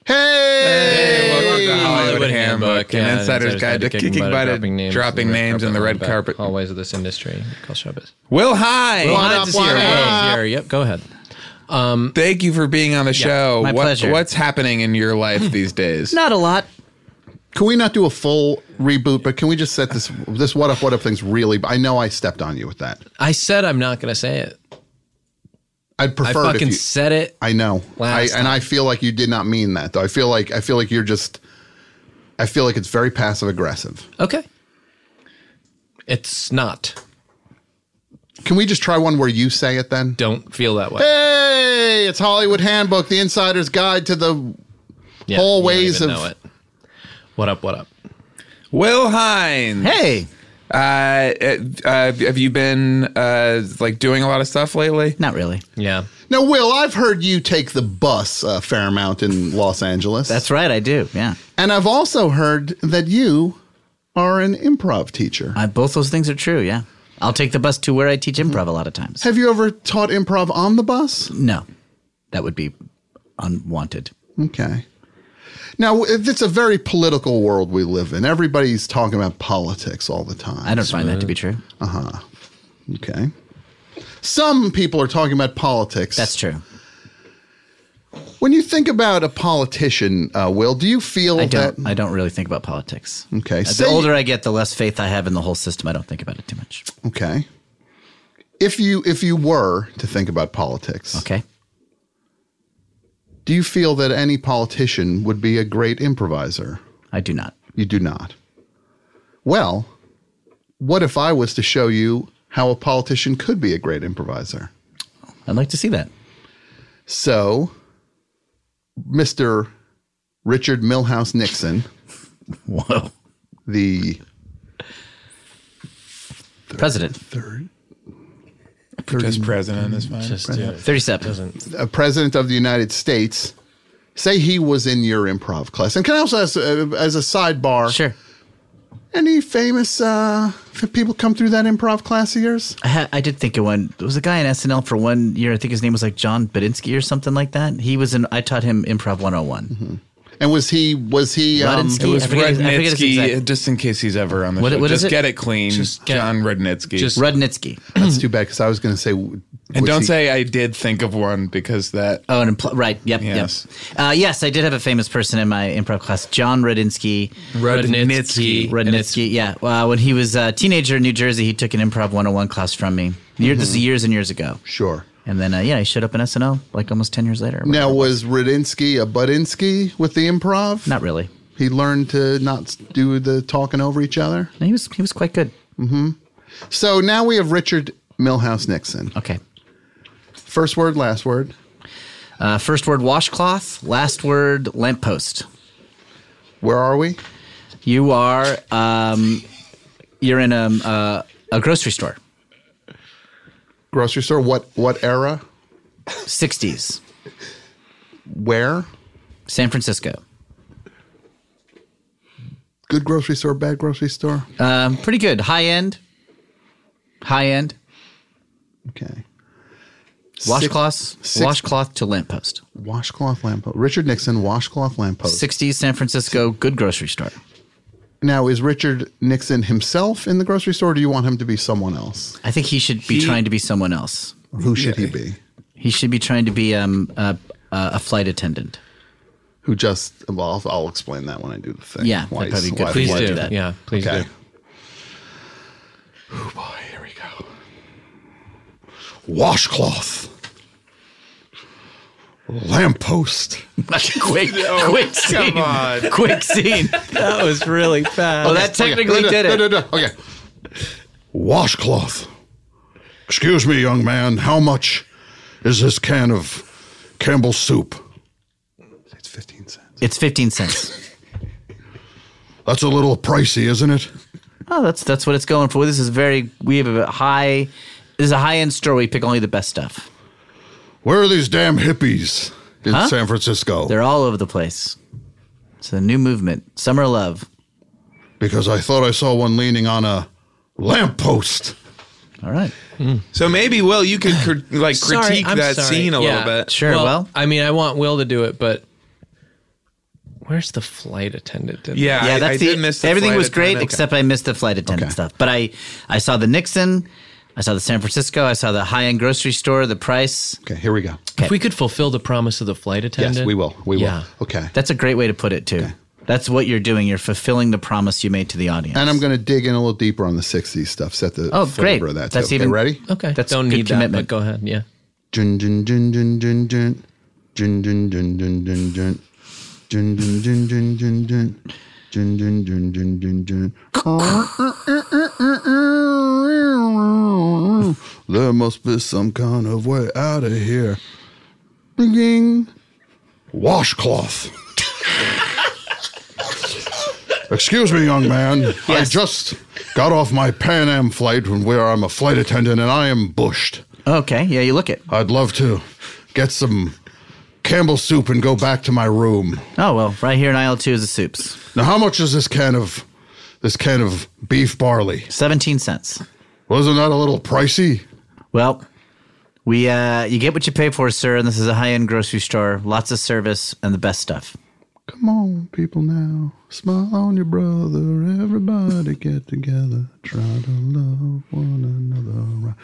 Hey! Hollywood Handbook, Handbook, an yeah, insider's guide to kicking butt and dropping red names in the red running back, carpet. Always of this industry. Carl Shubis. Will High. Will Hyde's here. Will's here. Yep, go ahead. Um, Thank you for being on the Yeah, show. my What- pleasure. What's happening in your life these days? Not a lot. Can we not do a full reboot? But can we just set this this what if what if things really? I know I stepped on you with that. I said I'm not going to say it. I'd prefer I fucking if you, said it. I know. I, last and I feel like you did not mean that though. I feel like I feel like you're just. I feel like it's very passive aggressive. Okay. It's not. Can we just try one where you say it then? Don't feel that way. Hey, it's Hollywood Handbook, the insider's guide to the Yeah, whole you don't ways even of. know it. What up? What up? Will Hines. Hey. Uh, uh, have you been uh, like doing a lot of stuff lately? Not really. Yeah. Now, Will, I've heard you take the bus a fair amount in Los Angeles. That's right, I do. Yeah. And I've also heard that you are an improv teacher. I, both those things are true. Yeah, I'll take the bus to where I teach improv a lot of times. Have you ever taught improv on the bus? No, that would be unwanted. Okay. Now, it's a very political world we live in. Everybody's talking about politics all the time. I don't find that to be true. Uh huh. Okay. Some people are talking about politics. That's true. When you think about a politician, uh, Will, do you feel I don't. that? I don't really think about politics. Okay. Uh, The say- older I get, the less faith I have in the whole system. I don't think about it too much. Okay. if you if you were to think about politics, okay, do you feel that any politician would be a great improviser? I do not. You do not. Well, what if I was to show you how a politician could be a great improviser? I'd like to see that. So, Mr. Richard Milhouse Nixon. Whoa. The president. Third. Just president is fine. Just, President. yeah. 37. a uh, president of the United States, say he was in your improv class, and can I also ask, uh, as a sidebar, sure, any famous uh, f- people come through that improv class of yours? I, ha- I did think of one. There was a guy in SNL for one year. I think his name was like John Badinsky or something like that. He was in. I taught him improv 101. And was he was he um, it was Rudnitsky, just in case he's ever on the What- show. what is just it? get it clean. John Rudnitsky. Just- Rudnitsky. That's too bad because I was going to say. And And don't say I did think of one because that. Oh, an impl- right. Yep. Yes. Yep. Uh, yes, I did have a famous person in my improv class, John Rudnitsky. Rudnitsky. Rudnitsky. Yeah. Uh, when he was a teenager in New Jersey, he took an improv 101 class from me. Year, This is Mhm. years and years ago. Sure. And then, uh, yeah, he showed up in SNL like almost 10 years later. Now was Radinsky a Budinsky with the improv? Not really. He learned to not s- do the talking over each other. He was he was quite good. hmm So now we have Richard Milhouse Nixon. Okay. First word, last word. Uh, first word washcloth, last word lamppost. Where are we? You are um, you're in a, a, a grocery store. Grocery store. What what era? Sixties. Where? San Francisco. Good grocery store, bad grocery store. Um, pretty good. High end. High end. Okay. Washcloths. six- washcloth to lamppost. Washcloth lamppost. Richard Nixon, washcloth lamppost. Sixties San Francisco. Good grocery store. Now, is Richard Nixon himself in the grocery store? Or do you want him to be someone else? I think he should be He- trying to be someone else. Who should he be? He should be trying to be um, a, a flight attendant. Who just? Well, I'll, I'll explain that when I do the thing. Yeah, that'd probably be good for you to do that. Yeah, please do. Washcloth. Lamppost. quick, quick scene. Quick scene. That was really fast. Well, that Okay, okay, technically no, no, did no, it. no, no, Okay. Washcloth. Excuse me, young man. How much is this can of Campbell's soup? It's 15 cents. That's a little pricey, isn't it? Oh, that's that's what it's going for. This is very we have a high. This is a high end store. We pick only the best stuff. Where are these damn hippies in Huh? San Francisco? They're all over the place. It's a new movement. Summer love. Because I thought I saw one leaning on a lamppost. All right. So maybe Will, you could cr- like Sorry, critique I'm that sorry. scene a Yeah. little bit. well, I mean, I want Will to do it, but where's the flight attendant? in Yeah, there? I- I did miss the everything flight was great attendant. except I missed the flight attendant stuff. But I I saw the Nixon, I saw the San Francisco, I saw the high end grocery store, the price. Okay, here we go. If we could fulfill the promise of the flight attendant, we will. We will. Yeah. Okay. That's a great way to put it too. That's what you're doing. You're fulfilling the promise you made to the audience. And I'm going to dig in a little deeper on the 60s stuff. Set the Oh, flavor great. of that. That's too. even- okay, ready. Okay. That's Don't good need commitment. that, but go ahead. Yeah. Dun dun dun dun dun dun dun dun dun dun dun dun dun dun dun dun dun dun dun dun dun dun dun dun. There must be some kind of way out of here. Ding. Washcloth. Excuse me, young man. I just got off my Pan Am flight from where I'm a flight attendant and I am bushed. Okay, yeah, you look it. I'd love to get some Campbell's soup and go back to my room. Oh well, right here in aisle two is the soups. Now, how much is this can of this can of beef barley? Seventeen cents. Wasn't that a little pricey? Well, we uh, you get what you pay for, sir. And this is a high end grocery store. Lots of service and the best stuff. Come on, people now. Smile on your brother. Everybody get together. Try to love one another.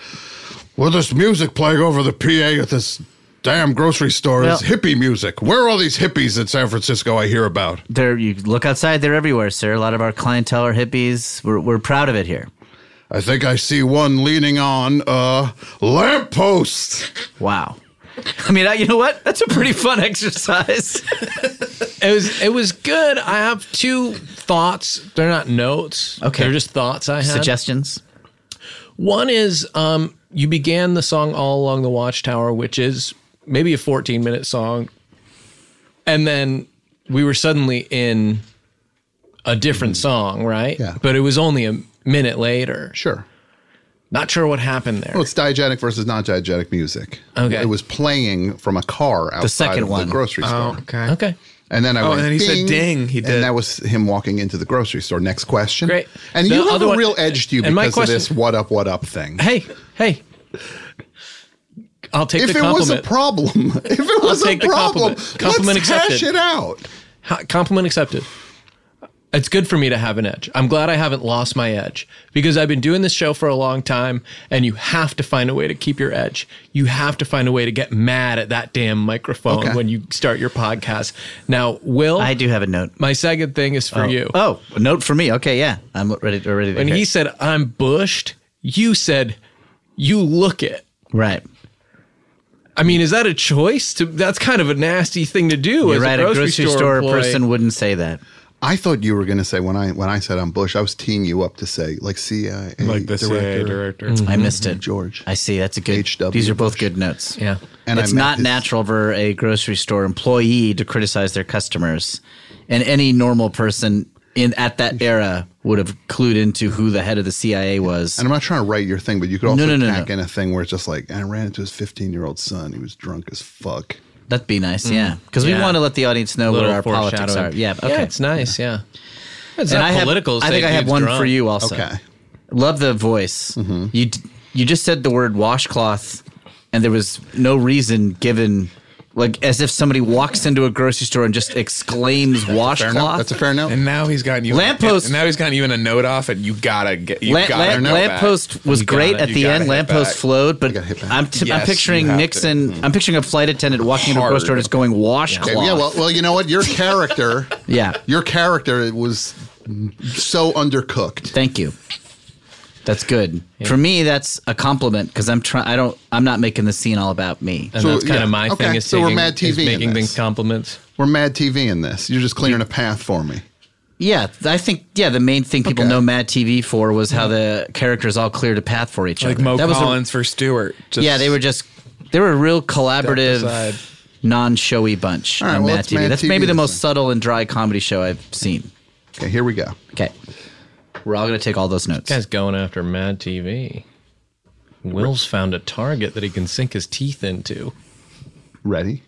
Well, this music playing over the PA at this damn grocery store is Well- hippie music. Where are all these hippies in San Francisco I hear about? There, you look outside. They're everywhere, sir. A lot of our clientele are hippies. We're we're proud of it here. I think I see one leaning on a lamppost. Wow. I mean, I, you know what? That's a pretty fun exercise. it was it was good. I have two thoughts. They're not notes. Okay. They're just thoughts I had. Suggestions? One is um, you began the song All Along the Watchtower, which is maybe a 14 minute song. And then we were suddenly in a different song, right? Yeah. But it was only a minute later. Sure. Not sure what happened there. Well, it's diegetic versus non-diegetic music. Okay. It was playing from a car outside second of one. the grocery Oh, store. okay. Okay. And then I Oh, went. and he said ding, he did. And that was him walking into the grocery store. Next question. Great. And The you have other a one- real edge to you and my because question- of this "what up, what up" thing. Hey, hey. I'll take if the it was a compliment. problem, if it I'll was a take the problem, compliment. Compliment let's hash accepted. it out. Ha- compliment accepted. It's good for me to have an edge. I'm glad I haven't lost my edge because I've been doing this show for a long time and you have to find a way to keep your edge. You have to find a way to get mad at that damn microphone Okay. when you start your podcast. Now, Will, I do have a note. My second thing is for oh. you. Oh, a note for me. Okay, yeah. I'm ready to ready to When hear he it. said, I'm bushed, you said, you look it. Right. I mean, is that a choice? To That's kind of a nasty thing to do. You're as right. A grocery, store, employee. person wouldn't say that. I thought you were going to say when I when I said I'm Bush, I was teeing you up to say like CIA Like the CIA director. Mhm. I missed it. George. I see. That's a good. HW These are both good notes. Mm-hmm. Yeah. And it's I met not his- natural for a grocery store employee to criticize their customers, and any normal person in at that era would have clued into who the head of the CIA was. And I'm not trying to write your thing, but you could also No, no, no, tack in a thing where it's just like, and I ran into his 15 year old son. He was drunk as fuck. That'd be nice. Mm. Yeah, because Yeah. we want to let the audience know what Little our politics are. foreshadowing. Yeah. Okay. Yeah, it's nice. Yeah. It's And not I have- political. I say think I have dude's one drunk. for you also. Love the voice. Mm-hmm. You d- you just said the word washcloth, and there was no reason given, like as if somebody walks into a grocery store and just exclaims washcloth. That's a fair note. And now he's gotten you Lamppost- And now he's gotten even a note off, and you gotta get. You Lamp, gotta lamp, know that. lamppost was You gotta- great at you the gotta end. hit Lamppost back. flowed, but I'm, t- Yes, I'm you picturing have to. Hmm. Nixon. I'm picturing a flight attendant walking into a grocery store and Hard. just going washcloth. Okay, yeah, well, well, you know what? Your character, Yeah. your character was so undercooked. Thank you. That's good. For me, that's a compliment because I'm trying. I don't. I'm not making the scene all about me. Uh, And that's kind of my thing is, so we're taking, Mad is TV in making this. things compliments. We're mad TV in this. You're just clearing a path for me. Yeah, I think yeah the main thing people know Mad TV for was how the characters all cleared a path for each Like other. Mo that was a- Collins for Stewart. Just- yeah, they were just they were a real collaborative, Side. non-showy bunch All right, on well, Mad let's TV. Mad That's TV maybe the this most subtle and dry comedy show I've seen. Okay, here we go. Okay, we're all gonna take all those notes. This guy's going after Mad TV. Will's found a target that he can sink his teeth into. Ready?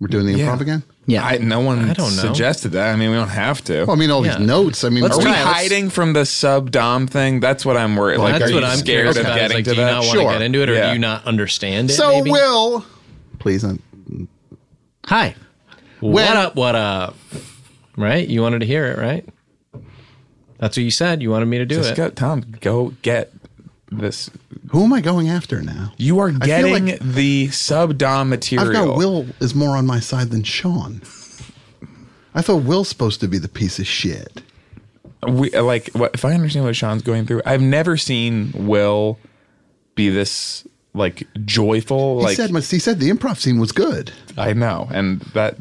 We're doing the Yeah. improv again? Yeah, I, no one I don't know. suggested that. I mean, we don't have to. Well, I mean, all Yeah. these notes. I mean, are we we hiding from the sub dom thing? That's what I'm worried. like, That's are what you I'm scared scared of about. is, getting like, to do you that? not want to Sure. get into it, or Yeah. do you not understand it? So, maybe? Will. Please, I'm, Hi. what up? What up? Right? You wanted to hear it, right? That's what you said. You wanted me to do Just it. go, Tom, go get this. who am I going after now? You are I feel getting like the sub dom material. I've got Will is more on my side than Sean. I thought Will's supposed to be the piece of shit. we like what, if I understand what Sean's going through, I've never seen Will be this like joyful. He like said he said the improv scene was good. I know, and that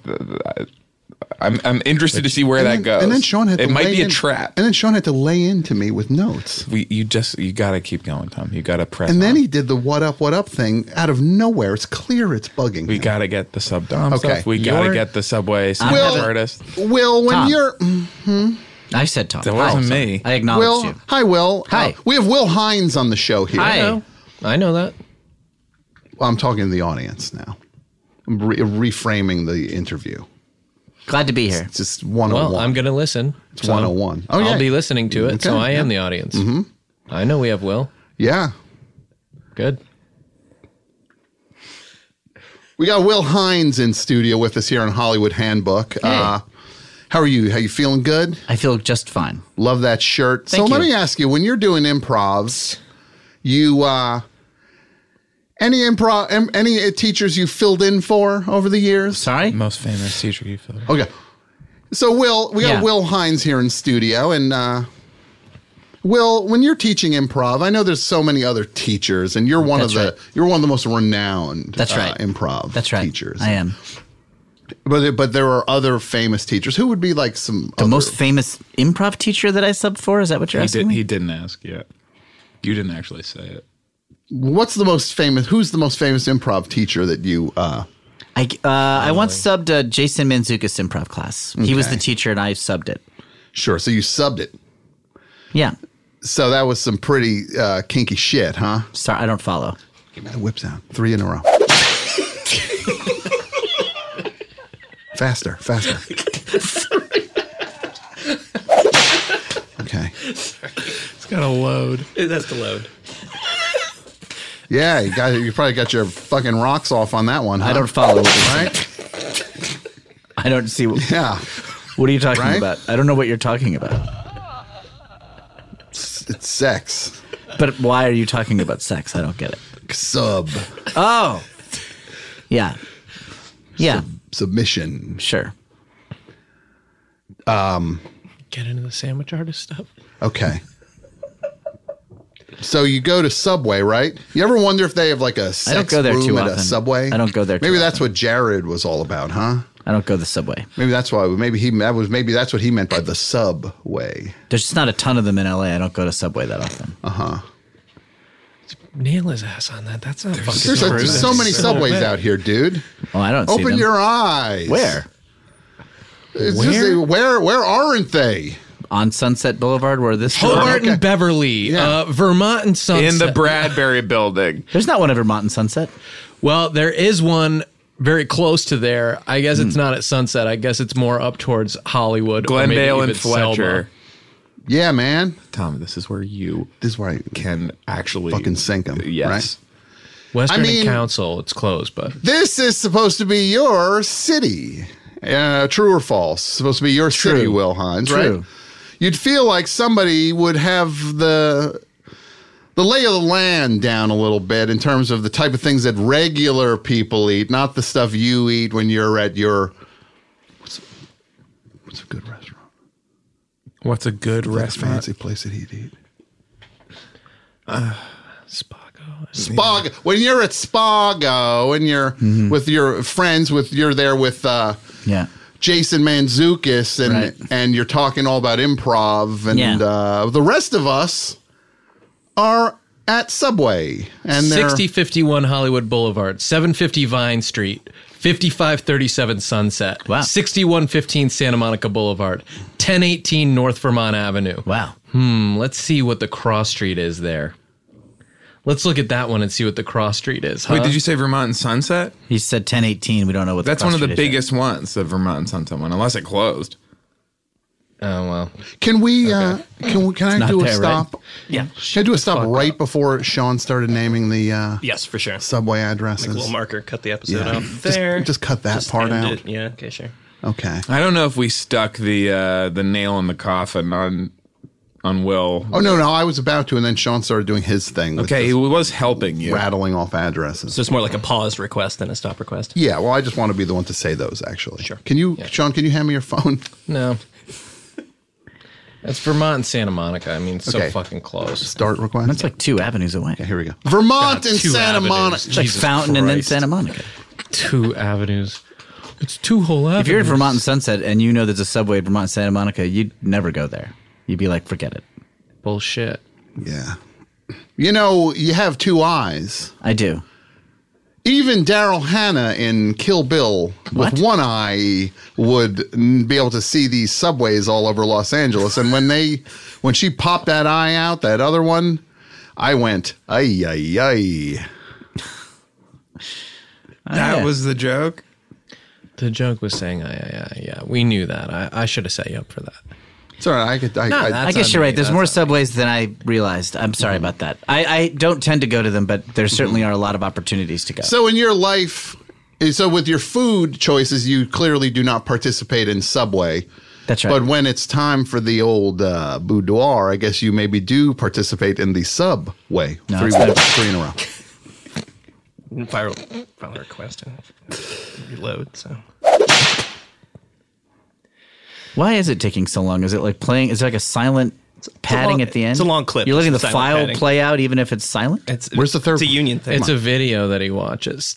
I'm I'm interested to see where and that then, goes. And then Sean had it to might lay be a in- trap. And then Sean had to lay into me with notes. We, you just you gotta keep going, Tom. You gotta press. And then on. he did the what up, what up thing out of nowhere. It's clear it's bugging. we him. gotta get the sub dom Okay. stuff. We gotta You're- get the subway sandwich Will, artist. Will, when Tom. you're hmm I said Tom. That Hi. wasn't me. I acknowledge Will, you. hi Will, Uh, Hi. we have Will Hines on the show here. Hi. I know. I know that. I'm talking to the audience now. I'm re- reframing the interview. Glad to be here. It's just 101. Well, I'm going to listen. It's 101. Oh, yeah. I'll be listening to it, so Okay, I am yeah. Mm-hmm. the audience. I know we have Will. yeah. Good. We got Will Hines in studio with us here on Hollywood Handbook. Uh, how are you? How you feeling? Good. I feel just fine. Love that shirt. so Thank let you. me ask you: When you're doing improvs, you uh, any improv, em- any uh, teachers you filled in for over the years? Sorry. Most famous teacher you feel. Okay. So Will, we got Yeah. Will Hines here in studio, and uh, Will, when you're teaching improv, I know there's so many other teachers, and you're one That's of the right. you're one of the most renowned That's uh, right. improv That's right. teachers. I am. But but there are other famous teachers who would be like some the most famous improv teacher that I subbed for. Is that what you're He asking? did- me? he didn't ask yet. You didn't actually say it. What's the most famous? Who's the most famous improv teacher that you? Uh, I uh, I once subbed uh, Jason Manzukas improv class. He was Okay. the teacher, and I subbed it. Sure. So you subbed it. Yeah. So that was some pretty uh, kinky shit, huh? Sorry, I don't follow. Give me the whip sound. Three in a row. faster, faster. okay. It's got a load. That's the load. Yeah, you got you probably got your fucking rocks off on that one. I huh? don't follow what you're Right? I don't see. What, yeah. What are you talking Right? about? I don't know what you're talking about. It's sex. But why are you talking about sex? I don't get it. Sub. Oh. Yeah. Yeah. submission. Sure. Um. Get into the sandwich artist stuff. Okay. So you go to Subway, right? You ever wonder if they have like a sex I don't go there room too at often. a Subway? I don't go there. Maybe too that's often. what Jared was all about, huh? I don't go to the subway. Maybe that's why. Maybe he that was. Maybe that's what he meant by the Subway. There's just not a ton of them in LA. I don't go to Subway that often. Uh huh. Nail his ass on that. That's not fucking There's a- true. so That's many so subways bad. out here, dude. Oh, I don't. see Open them. your eyes. Where? It's just Where? a- where? Where aren't they? On Sunset Boulevard, where this Hobart and Beverly, uh, Vermont and Sunset. In the Bradbury building. There's not one at Vermont and Sunset. Well, there is one very close to there. I guess Hmm. it's not at Sunset. I guess it's more up towards Hollywood. or maybe Glendale even and Fletcher. Yeah, man. Tom, this is where you this is where I can actually fucking sink them. Yes. Selma. Western I mean- Council. It's closed, but This is supposed to be your city. Uh, true or false? Supposed to be your city, Will Hines, True. right? You'd feel like somebody would have the the lay of the land down a little bit in terms of the type of things that regular people eat, not the stuff you eat when you're at your what's a, what's a good restaurant? What's a good Like a restaurant? fancy place that he'd eat. Spog. Spago. When you're at Spago and you're with your friends, with you're there with uh, Yeah. Jason Manzukis and Right. and you're talking all about improv and Yeah. uh, the rest of us are at Subway and they're- 6051 Hollywood Boulevard, 750 Vine Street, 5537 Sunset, wow. 6115 Santa Monica Boulevard, 1018 North Vermont Avenue. Wow. Hmm, let's see what the cross street is there. Let's look at that one and see what the cross street is. Wait, huh? did you say Vermont and Sunset? He said 1018. We don't know what. That's the one of the prostitute is biggest ones, the Vermont and Sunset one, unless it closed. Oh well. Can we? Uh, can we, can I not do a there, right? stop? Yeah. Can I do a stop right before Sean started naming the uh, Yes, for sure. Subway Like addresses? a little marker, cut the episode Yeah. out. Just- There. just cut that Just part end out. it. Yeah, okay, sure. Okay. I don't know if we stuck the uh, the nail in the coffin on on Will. Oh no, no, I was about to, and then Sean started doing his thing. Okay, he was helping you. rattling off addresses. So it's more like a pause request than a stop request. Yeah, well, I just want to be the one to say those. Actually, sure. Can you, Sean? Can you hand me your phone? No. That's Vermont and Santa Monica. I mean, it's so fucking close. Start request. That's like two avenues away. Okay, here we go. Vermont God, and two Santa avenues. Monica. It's like Fountain and then Santa Monica. Two avenues. It's two whole avenues. If you're in Vermont and Sunset and you know there's a subway at Vermont and Santa Monica, you'd never go there. You'd be like, forget it. Bullshit. Yeah. You know, you have two eyes. I do. Even Daryl Hannah in Kill Bill with one eye would mm, be able to see these subways all over Los Angeles. And when they, when she popped that eye out, that other one, I went, ay, ay, ay. That was the joke. Oh, The joke was saying, "Oh, "Yeah, yeah, yeah." We knew that. I, I should have set you up for that. It's all right. I could. I, No, I, that's I guess on you're me. right. There's That's more on subways than I realized. I'm sorry about that. I, I don't tend to go to them, but there certainly are a lot of opportunities to go. So in your life, eh, so with your food choices, you clearly do not participate in Subway. That's right. But when it's time for the old uh, boudoir, I guess you maybe do participate in the Subway. No, three, it's not- three in a row. File, file a request and reload. So Why is it taking so long? Is it like playing? Is it like a silent padding at the end. it's a long clip. You're letting the It's silent file padding. play out even if it's silent. It's where's the third? It's a union thing. It's a video that he watches.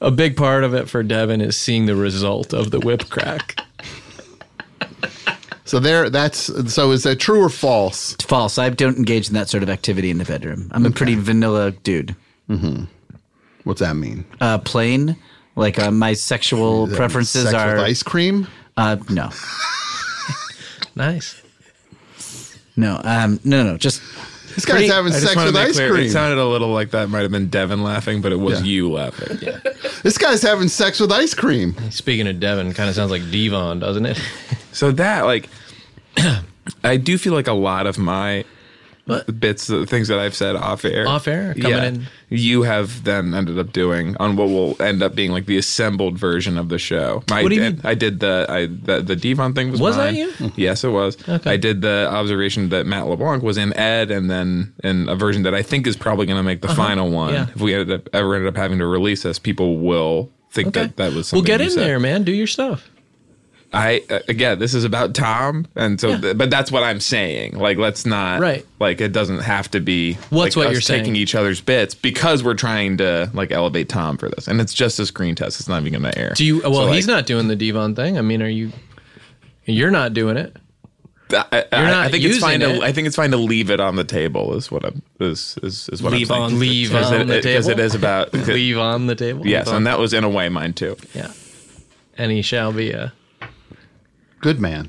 A big part of it for Devin is seeing the result of the whip crack. So there, that's so. Is that true or false? False. I don't engage in that sort of activity in the bedroom. I'm a pretty vanilla dude. Mm-hmm. What's that mean? Uh, plain. Like uh, my sexual Does that mean preferences sex are with ice cream. Uh, no, nice. no, um, no, no. Just This guy's having I just sex wanna with make ice clear, cream. It sounded a little like that might have been Devin laughing, but it was Yeah. you laughing. Yeah. This guy's having sex with ice cream. Speaking of Devin, kind of sounds like Devon, doesn't it? So that like, I do feel like a lot of my bits, the things that I've said off air, Off air, coming in. you have then ended up doing on what will end up being like the assembled version of the show. My, What do you and I did the I the, the Devon thing was Was that mine. you? Yes, it was. Okay. I did the observation that Matt LeBlanc was in Ed, and then in a version that I think is probably going to make the Uh-huh. final one. Yeah. If we ended up, ever ended up having to release this, people will think that that was. Well, Something get you in said. there, man. Do your stuff. I uh, again, this is about Tom, and so, th- but that's what I'm saying. Like, let's not Right. Like, it doesn't have to be What's like, what us you're saying? taking each other's bits because we're trying to like elevate Tom for this, and it's just a screen test. It's not even going to air. Do you? Well, he's not doing the Devon thing. I mean, are you? You're not doing it. not. I, I- you're not I think it's using fine it. to. I think it's fine to leave it on the table. Is what I'm. Is is, is what Leave I'm on- saying. leave 'Cause on it- the it- 'cause table? it is about Leave on the table. Yes, Leave on- and that was in a way mine too. Yeah. And he shall be a good man.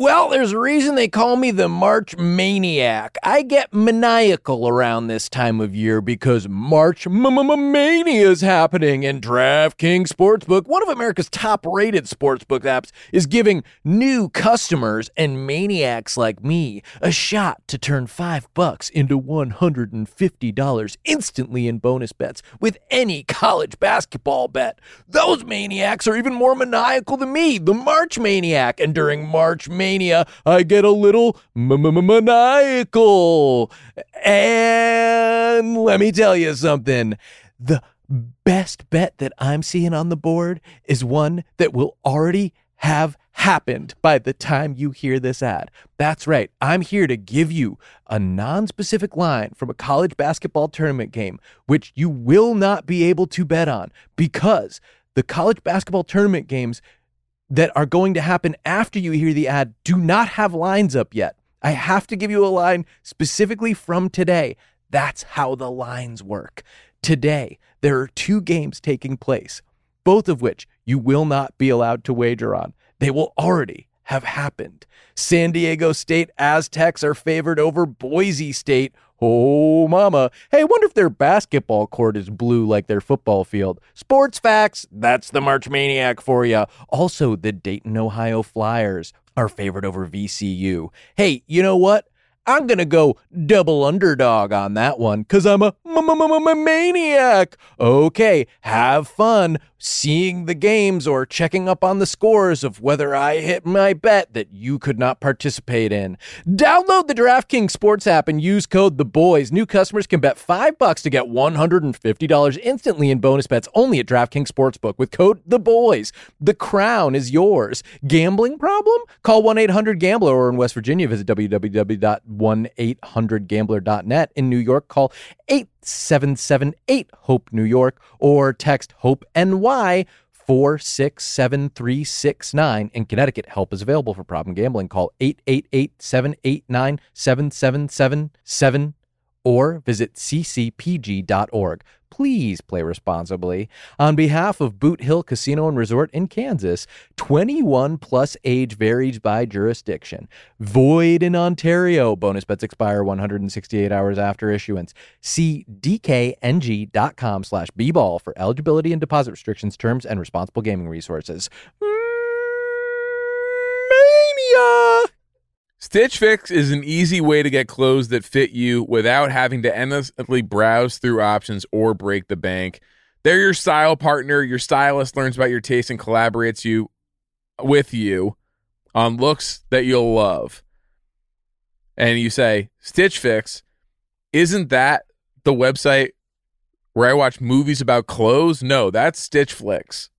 Well, there's a reason they call me the March Maniac. I get maniacal around this time of year because March Mania is happening, and DraftKings Sportsbook, one of America's top rated sportsbook apps, is giving new customers and maniacs like me a shot to turn five bucks into $150 instantly in bonus bets with any college basketball bet. Those maniacs are even more maniacal than me, the March Maniac. And during March Mania, I get a little maniacal. And let me tell you something the best bet that I'm seeing on the board is one that will already have happened by the time you hear this ad. That's right. I'm here to give you a non specific line from a college basketball tournament game, which you will not be able to bet on because the college basketball tournament games that are going to happen after you hear the ad do not have lines up yet. I have to give you a line specifically from today. That's how the lines work. Today, there are two games taking place, both of which you will not be allowed to wager on. They will already have happened. San Diego State Aztecs are favored over Boise State. Oh, mama. Hey, wonder if their basketball court is blue like their football field. Sports facts, that's the March Maniac for you. Also, the Dayton, Ohio Flyers are favored over VCU. Hey, you know what? I'm going to go double underdog on that one because I'm a maniac. Okay, have fun seeing the games or checking up on the scores of whether I hit my bet that you could not participate in. Download the DraftKings Sports app and use code THEBOYS. New customers can bet 5 bucks to get $150 instantly in bonus bets only at DraftKings Sportsbook with code THEBOYS. The crown is yours. Gambling problem? Call 1-800-GAMBLER or in West Virginia visit www.1800gambler.net. In New York call 8778 HOPE New York or text HOPE NY 467-369 in Connecticut. Help is available for problem gambling. Call 888-789-7777 or visit ccpg.org. Please play responsibly. On behalf of Boot Hill Casino and Resort in Kansas, 21 plus age varies by jurisdiction. Void in Ontario. Bonus bets expire 168 hours after issuance. See dkng.com slash bball for eligibility and deposit restrictions, terms, and responsible gaming resources. Mania! Stitch Fix is an easy way to get clothes that fit you without having to endlessly browse through options or break the bank. They're your style partner. Your stylist learns about your taste and collaborates you with you on looks that you'll love. And you say, Stitch Fix, isn't that the website where I watch movies about clothes? No, that's Stitch Flicks.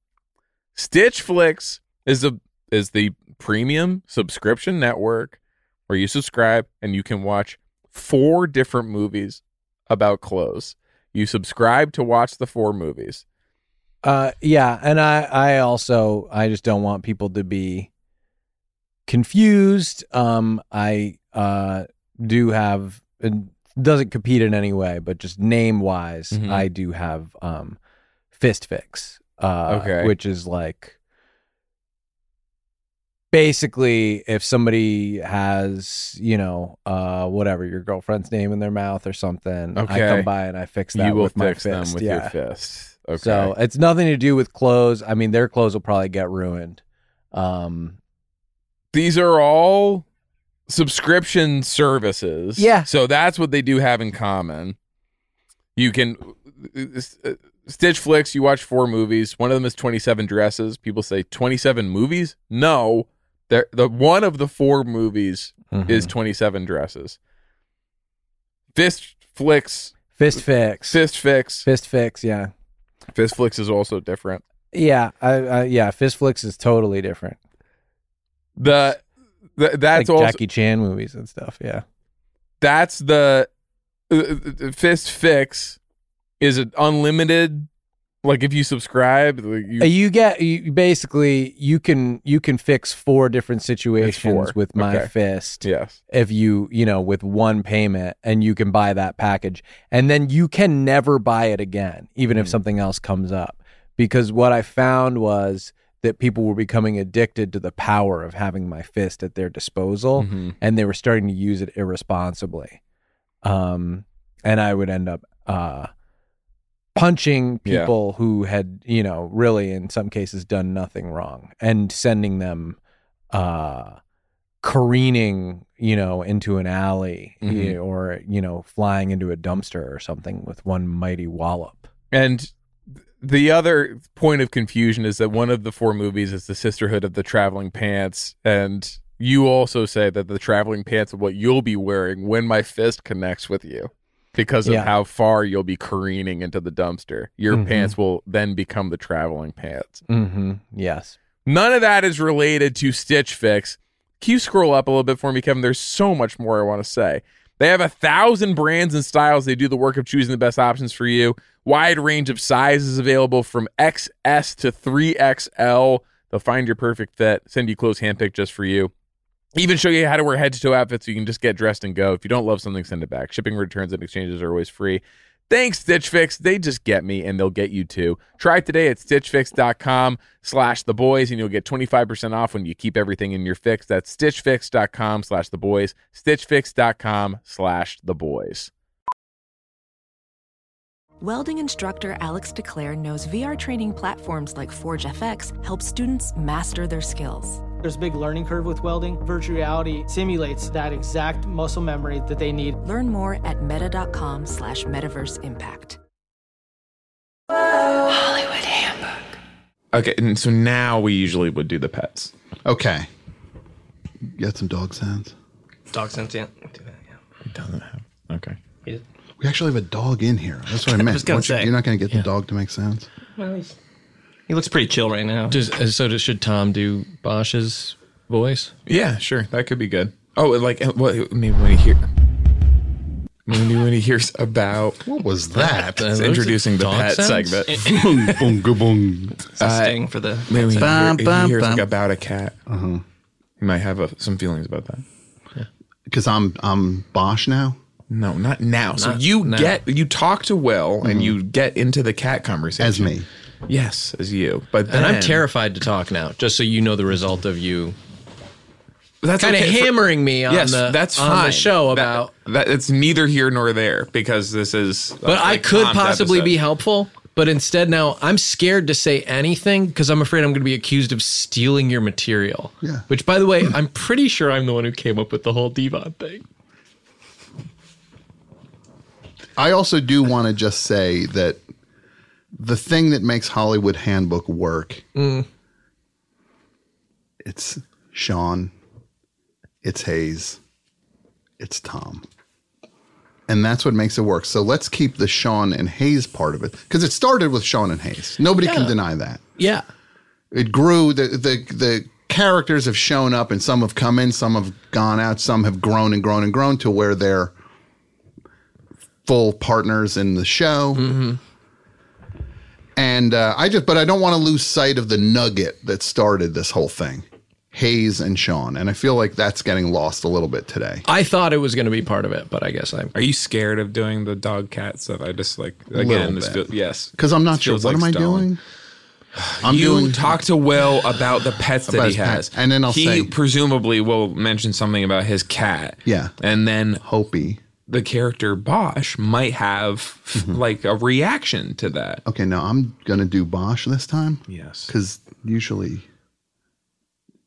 Stitch Flicks is a is the premium subscription network where you subscribe and you can watch four different movies about clothes. You subscribe to watch the four movies. Uh, yeah, and I, I also, I just don't want people to be confused. Um, I uh do have, it doesn't compete in any way, but just name wise, Mhm. I do have um, Fist Fix. Uh, Okay. which is like basically if somebody has you know uh whatever your girlfriend's name in their mouth or something i Okay. come by and i fix that You will with my fix fist them with your yeah. fist. so uh, Okay. it's nothing to do with clothes i mean their clothes will probably get ruined um These are all subscription services. Yeah. So that's what they do have in common. You can uh, Stitch Flicks, you watch four movies. One of them is 27 dresses. People say 27 movies? No. They're, the one of the four movies is Mm. 27 dresses. Fist Flicks, fist fix Fist Fix, fist fix yeah Fist Flicks is also different. yeah I, I yeah fist flicks is totally different The, the that's like also jackie chan movies and stuff yeah that's the uh, uh, fist fix is it unlimited like if you subscribe like you, Uh, you get you, basically you can you can fix four different situations with my Okay. fist yes if you you know with one payment and you can buy that package and then you can never buy it again even if something else comes up because what i found was that people were becoming addicted to the power of having my fist at their disposal Mhm. and they were starting to use it irresponsibly um and i would end up uh punching Yeah. people who had you know really in some cases done nothing wrong and sending them uh careening you know into an alley y- Mhm. or you know flying into a dumpster or something with one mighty wallop and the other point of confusion is that one of the four movies is the sisterhood of the traveling pants and you also say that the traveling pants are what you'll be wearing when my fist connects with you because of Yeah. how far you'll be careening into the dumpster your Mhm. pants will then become the traveling pants mm-hmm yes None of that is related to Stitch Fix. Can you scroll up a little bit for me, Kevin? There's so much more I want to say. They have a thousand brands and styles. They do the work of choosing the best options for you. Wide range of sizes available from XS to 3XL. They'll find your perfect fit, send you clothes handpicked just for you. Even show you how to wear head to toe outfits so you can just get dressed and go. If you don't love something, send it back. Shipping returns and exchanges are always free. Thanks, Stitch Fix. They just get me and they'll get you too. Try it today at stitchfix.com slash the boys and you'll get 25% off when you keep everything in your fix. That's stitchfix.com slash the boys, stitchfix.com slash the boys. Welding instructor Alex DeClaire knows VR training platforms like Forge FX help students master their skills. There's a big learning curve with welding. Virtual reality simulates that exact muscle memory that they need. Learn more at meta.com slash metaverse impact. Hollywood Handbook. Okay, and so now we usually would do the pets. Okay. You got some dog sounds. Dog sense, yeah. Do that. It doesn't have. Okay. He did. We actually have a dog in here. That's what I I meant. was gonna Once you- say. You're not going to get the dog to make sounds. Well, he's, he looks pretty chill right now. Does, uh, so does, should Tom do Bosch's voice? Yeah, sure. That could be good. Oh, and like uh, what maybe when he hear maybe when he hears about what was that? It's Uh, those introducing the dog pet sounds? segment. Uh, Boonga boong. It's a sting for the- maybe when he, Bum, hear, if bum, he hears like bum. about a cat. Uh-huh. He might have a, some feelings about that. Because I'm I'm Bosch now. No, not now. so you get you talk to Will and you get into the cat conversation as me. Yes, as you. But And I'm then- terrified to talk now, just so you know the result of you That's kind of okay for- hammering me on yes, the that's on fine. the show That- about. that, It's neither here nor there because this is. but I could possibly be helpful. But instead, now I'm scared to say anything because I'm afraid I'm going to be accused of stealing your material. Yeah. Which, by the way, I'm pretty sure I'm the one who came up with the whole Devon thing. I also do want to just say that the thing that makes Hollywood Handbook work, it's Sean, it's Hayes, it's Tom. And that's what makes it work. So let's keep the Sean and Hayes part of it because it started with Sean and Hayes. Nobody Yeah. can deny that. Yeah. It grew the the the characters have shown up and some have come in, some have gone out, some have grown and grown and grown to where they're full partners in the show. And uh, I just, but I don't want to lose sight of the nugget that started this whole thing Hayes and Sean. And I feel like that's getting lost a little bit today. I thought it was going to be part of it, but I guess I. Are you scared of doing the dog cat stuff? I just like Little again. This bit. feel, yes, Because I'm not This sure. What feels like am I stalling. doing? I'm you doing- talk to Will about the pets that About he his has, pets, and then I'll he say- presumably will mention something about his cat. Yeah. and then Hopi, the character Bosch, might have like a reaction to that. Okay, now I'm going to do Bosch this time. Yes. Because usually,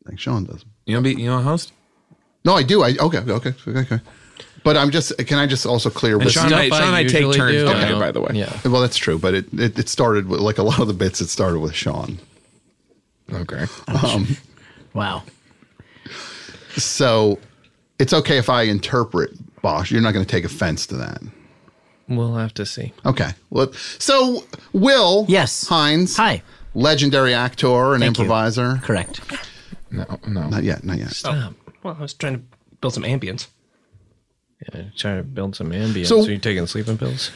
like Sean does. You know, be you know, host. No, I do. I okay, okay, okay, okay. But I'm just. Can I just also clear? And with- Sean and I- Stuff Sean and I I take usually turns do, doing I it, don't- by the way. Yeah. Well, that's true. But it, it it started with like a lot of the bits. It started with Sean. Okay. Um, wow. So it's okay if I interpret Bosch. You're not going to take offense to that. We'll have to see. Okay. Well, so Will. Yes. Hines. Hi. Legendary actor and Thank you. improviser. Correct. No, no, not yet, not yet. Stop. Oh, Well, I was trying to build some ambience. Yeah, trying to build some ambience. So- So, you taking sleeping pills?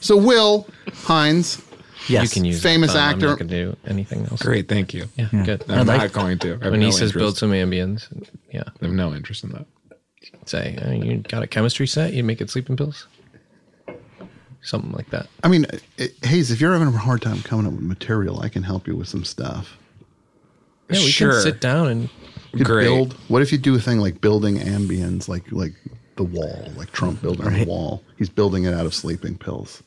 So Will Hines. You can use famous the thumb. I'm actor. not gonna do anything else. Great, thank you. Yeah, good. I'm not going to. I have When no he says interest. build some ambience, yeah, I have no interest in that. Say uh, you got a chemistry set. You make it sleeping pills, something like that. I mean, it, Hayes, if you're having a hard time coming up with material, I can help you with some stuff. Yeah, we Sure. can sit down and You could build. What if you do a thing like building ambience, like like the wall, like Trump building the wall? He's building it out of sleeping pills.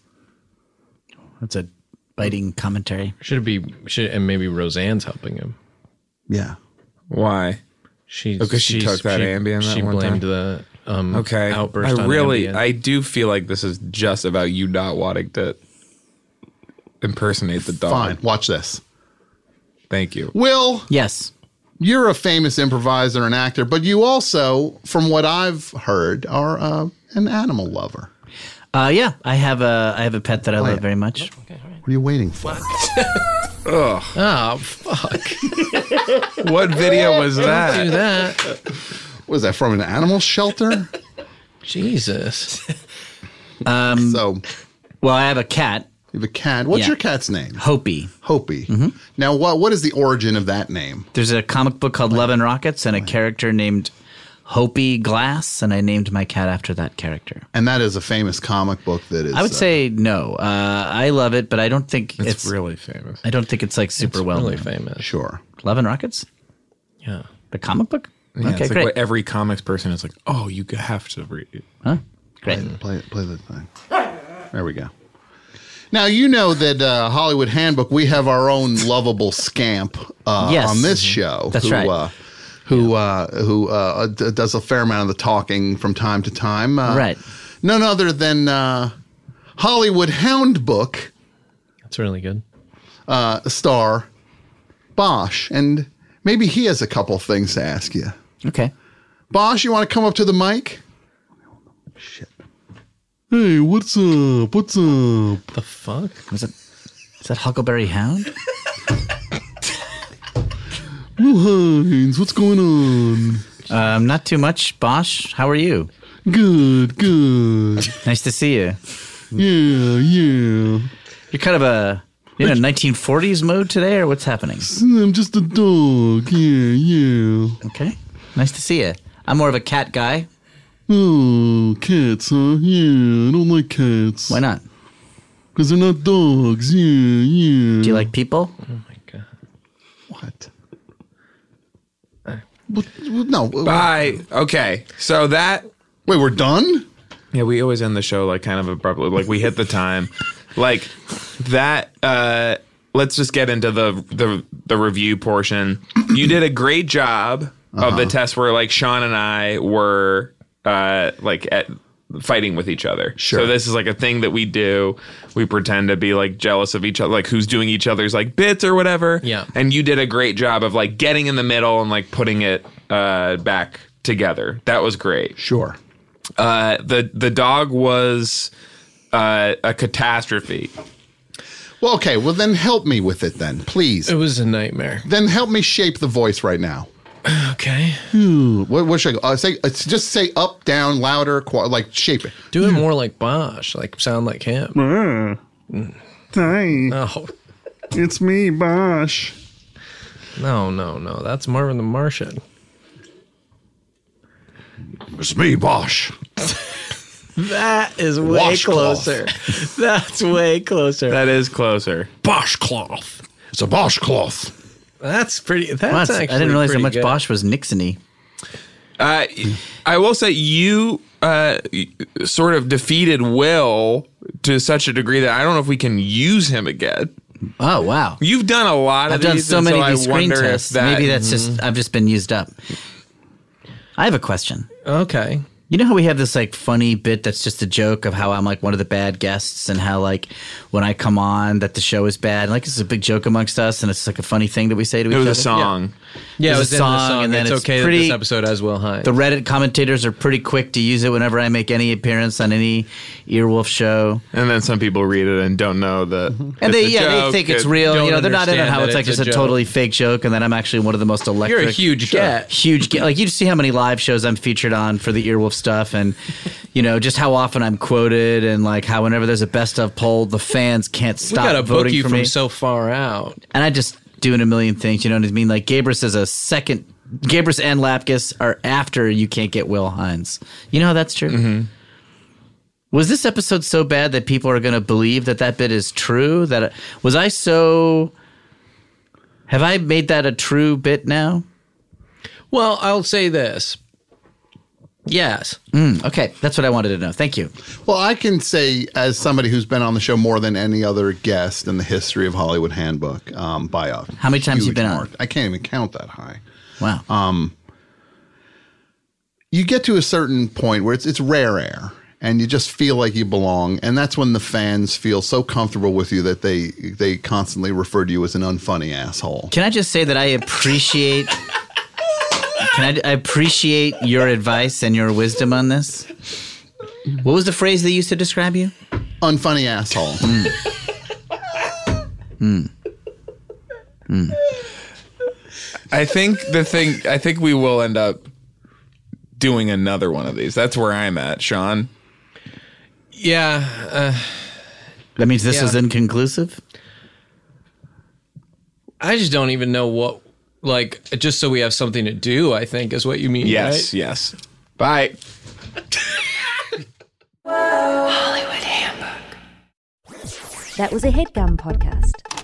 That's a biting commentary. Should it be? Should and maybe Roseanne's helping him. Yeah. Why? She because Oh, she she's- took that she- Ambien. That she one blamed time. the um, okay outburst I on really, Ambien. I do feel like this is just about you not wanting to impersonate the dog. Fine. Watch this. Thank you. Will. Yes. You're a famous improviser and actor, but you also, from what I've heard, are uh, an animal lover. Uh, yeah, I have a I have a pet that I Oh, love yeah. very much. What are you waiting for? Ugh. Oh fuck! what video was that? do that. Was that from an animal shelter? Jesus. Mm. Um, so, well, I have a cat. You have a cat. What's Yeah. Mm-hmm. your cat's name? Hopi. Hopi. Now, what what is the origin of that name? There's a comic book called Love and Rockets and a character named Hopi Glass, and I named my cat after that character. And that is a famous comic book that is. I would uh, say no. Uh, I love it, but I don't think it's, really famous. I don't think it's like super well really known. famous. Sure. Love and Rockets, Yeah. the comic book. Yeah, okay, it's like great. what every comics person is like, oh, you have to read it. Huh? Play, Mm. play, play the thing. There we go. Now you know that uh, Hollywood Handbook. We have our own lovable scamp uh, Yes. on this Mhm. show. That's right. Uh, who uh, who uh, d- does a fair amount of the talking from time to time? Uh, Right. None other than uh, Hollywood Houndbook That's really good. uh, star Bosch, and maybe he has a couple things to ask you. Okay. Bosch, you want to come up to the mic? Hey, what's up? What's up? The fuck? Was it? Is that Huckleberry Hound? Will Oh, Hines, what's going on? Um, not too much, Bosch. How are you? Good, good. Nice to see you. Yeah, yeah. You're kind of a you know 1940s mode today, or what's happening? I'm just a dog. Yeah, yeah. Okay. Nice to see you. I'm more of a cat guy. Oh, cats, huh? Yeah, I don't like cats. Why not? Because they're not dogs. Yeah, yeah. Do you like people? What? Well, well, no. Bye. Okay. So that. Wait, we're done? Yeah, we always end the show like kind of abruptly. Like we hit the time. like that uh let's just get into the the the review portion. You did a great job of the test where like Sean and I were uh like at fighting with each other. Sure. So this is like a thing that we do. We pretend to be like jealous of each other, like who's doing each other's like bits or whatever. Yeah. And you did a great job of like getting in the middle and like putting it uh back together. That was great. Sure. Uh the the dog was uh, a catastrophe. Well, okay. Well, then help me with it, then, please. It was a nightmare. Then help me shape the voice right now. Okay. What, what should I go? Uh, say? Uh, just say up, down, louder, qua- like shape it. Do it more like Bosch, like sound like him. Hi. No, It's me, Bosh. no, no, no. That's Marvin the Martian. It's me, Bosch. That is way Washcloth. closer. That's way closer. That is closer. Boschcloth. It's a Boschcloth. That's pretty. That's Wow, it's- I actually didn't realize how pretty much good. Bosch was Nixony. Uh, I will say you uh, sort of defeated Will to such a degree that I don't know if we can use him again. Oh wow! You've done a lot of I've done these, so and many of I these screen wonder if tests. that- Maybe that's Mhm. just I've just been used up. I have a question. Okay. You know how we have this like funny bit that's just a joke of how I'm like one of the bad guests and how like when I come on that the show is bad. Like it's a big joke amongst us and it's like a funny thing that we say to It each was other. a song. Yeah, it There's was in the song, and then it's, okay that this episode has Will Hines. The Reddit commentators are pretty quick to use it whenever I make any appearance on any Earwolf show. And then some people read it and don't know that. Mm-hmm. And it's they a yeah joke, they think it's it- real. You don't know they're not in it understand how that it's like just a, joke. totally fake joke, and then I'm actually one of the most electric. huge get. huge get. Like you've seen how many live shows I'm featured on for the Earwolf stuff, and you know just how often I'm quoted, and like how whenever there's a best of poll, the fans can't stop we gotta book voting you for from me. so far out. and I just doing a million things. You know what I mean? Like Gabrus is a second. Gabrus and Lapkus are after you can't get Will Hines. You know how that's true. Was this episode so bad that people are going to believe that that bit is true? That was I so? Have I made that a true bit now? Well, I'll say this. Yes. Mm, okay, that's what I wanted to know. Thank you. Well, I can say as somebody who's been on the show more than any other guest in the history of Hollywood Handbook um, by a How many times you huge been on? I can't even count that high. Wow. Um, you get to a certain point where it's it's rare air, and you just feel like you belong, and that's when the fans feel so comfortable with you that they they constantly refer to you as an unfunny asshole. Can I just say that I appreciate? can I, I appreciate your advice and your wisdom on this? What was the phrase they used to describe you? Unfunny asshole. I think the thing. I think we will end up doing another one of these. That's where I'm at, Sean. Yeah. Uh, That means this Yeah. is inconclusive. I just don't even know what. Like, just so we have something to do, I think is what you mean. Yes, right? yes. Bye. That was a headgum podcast.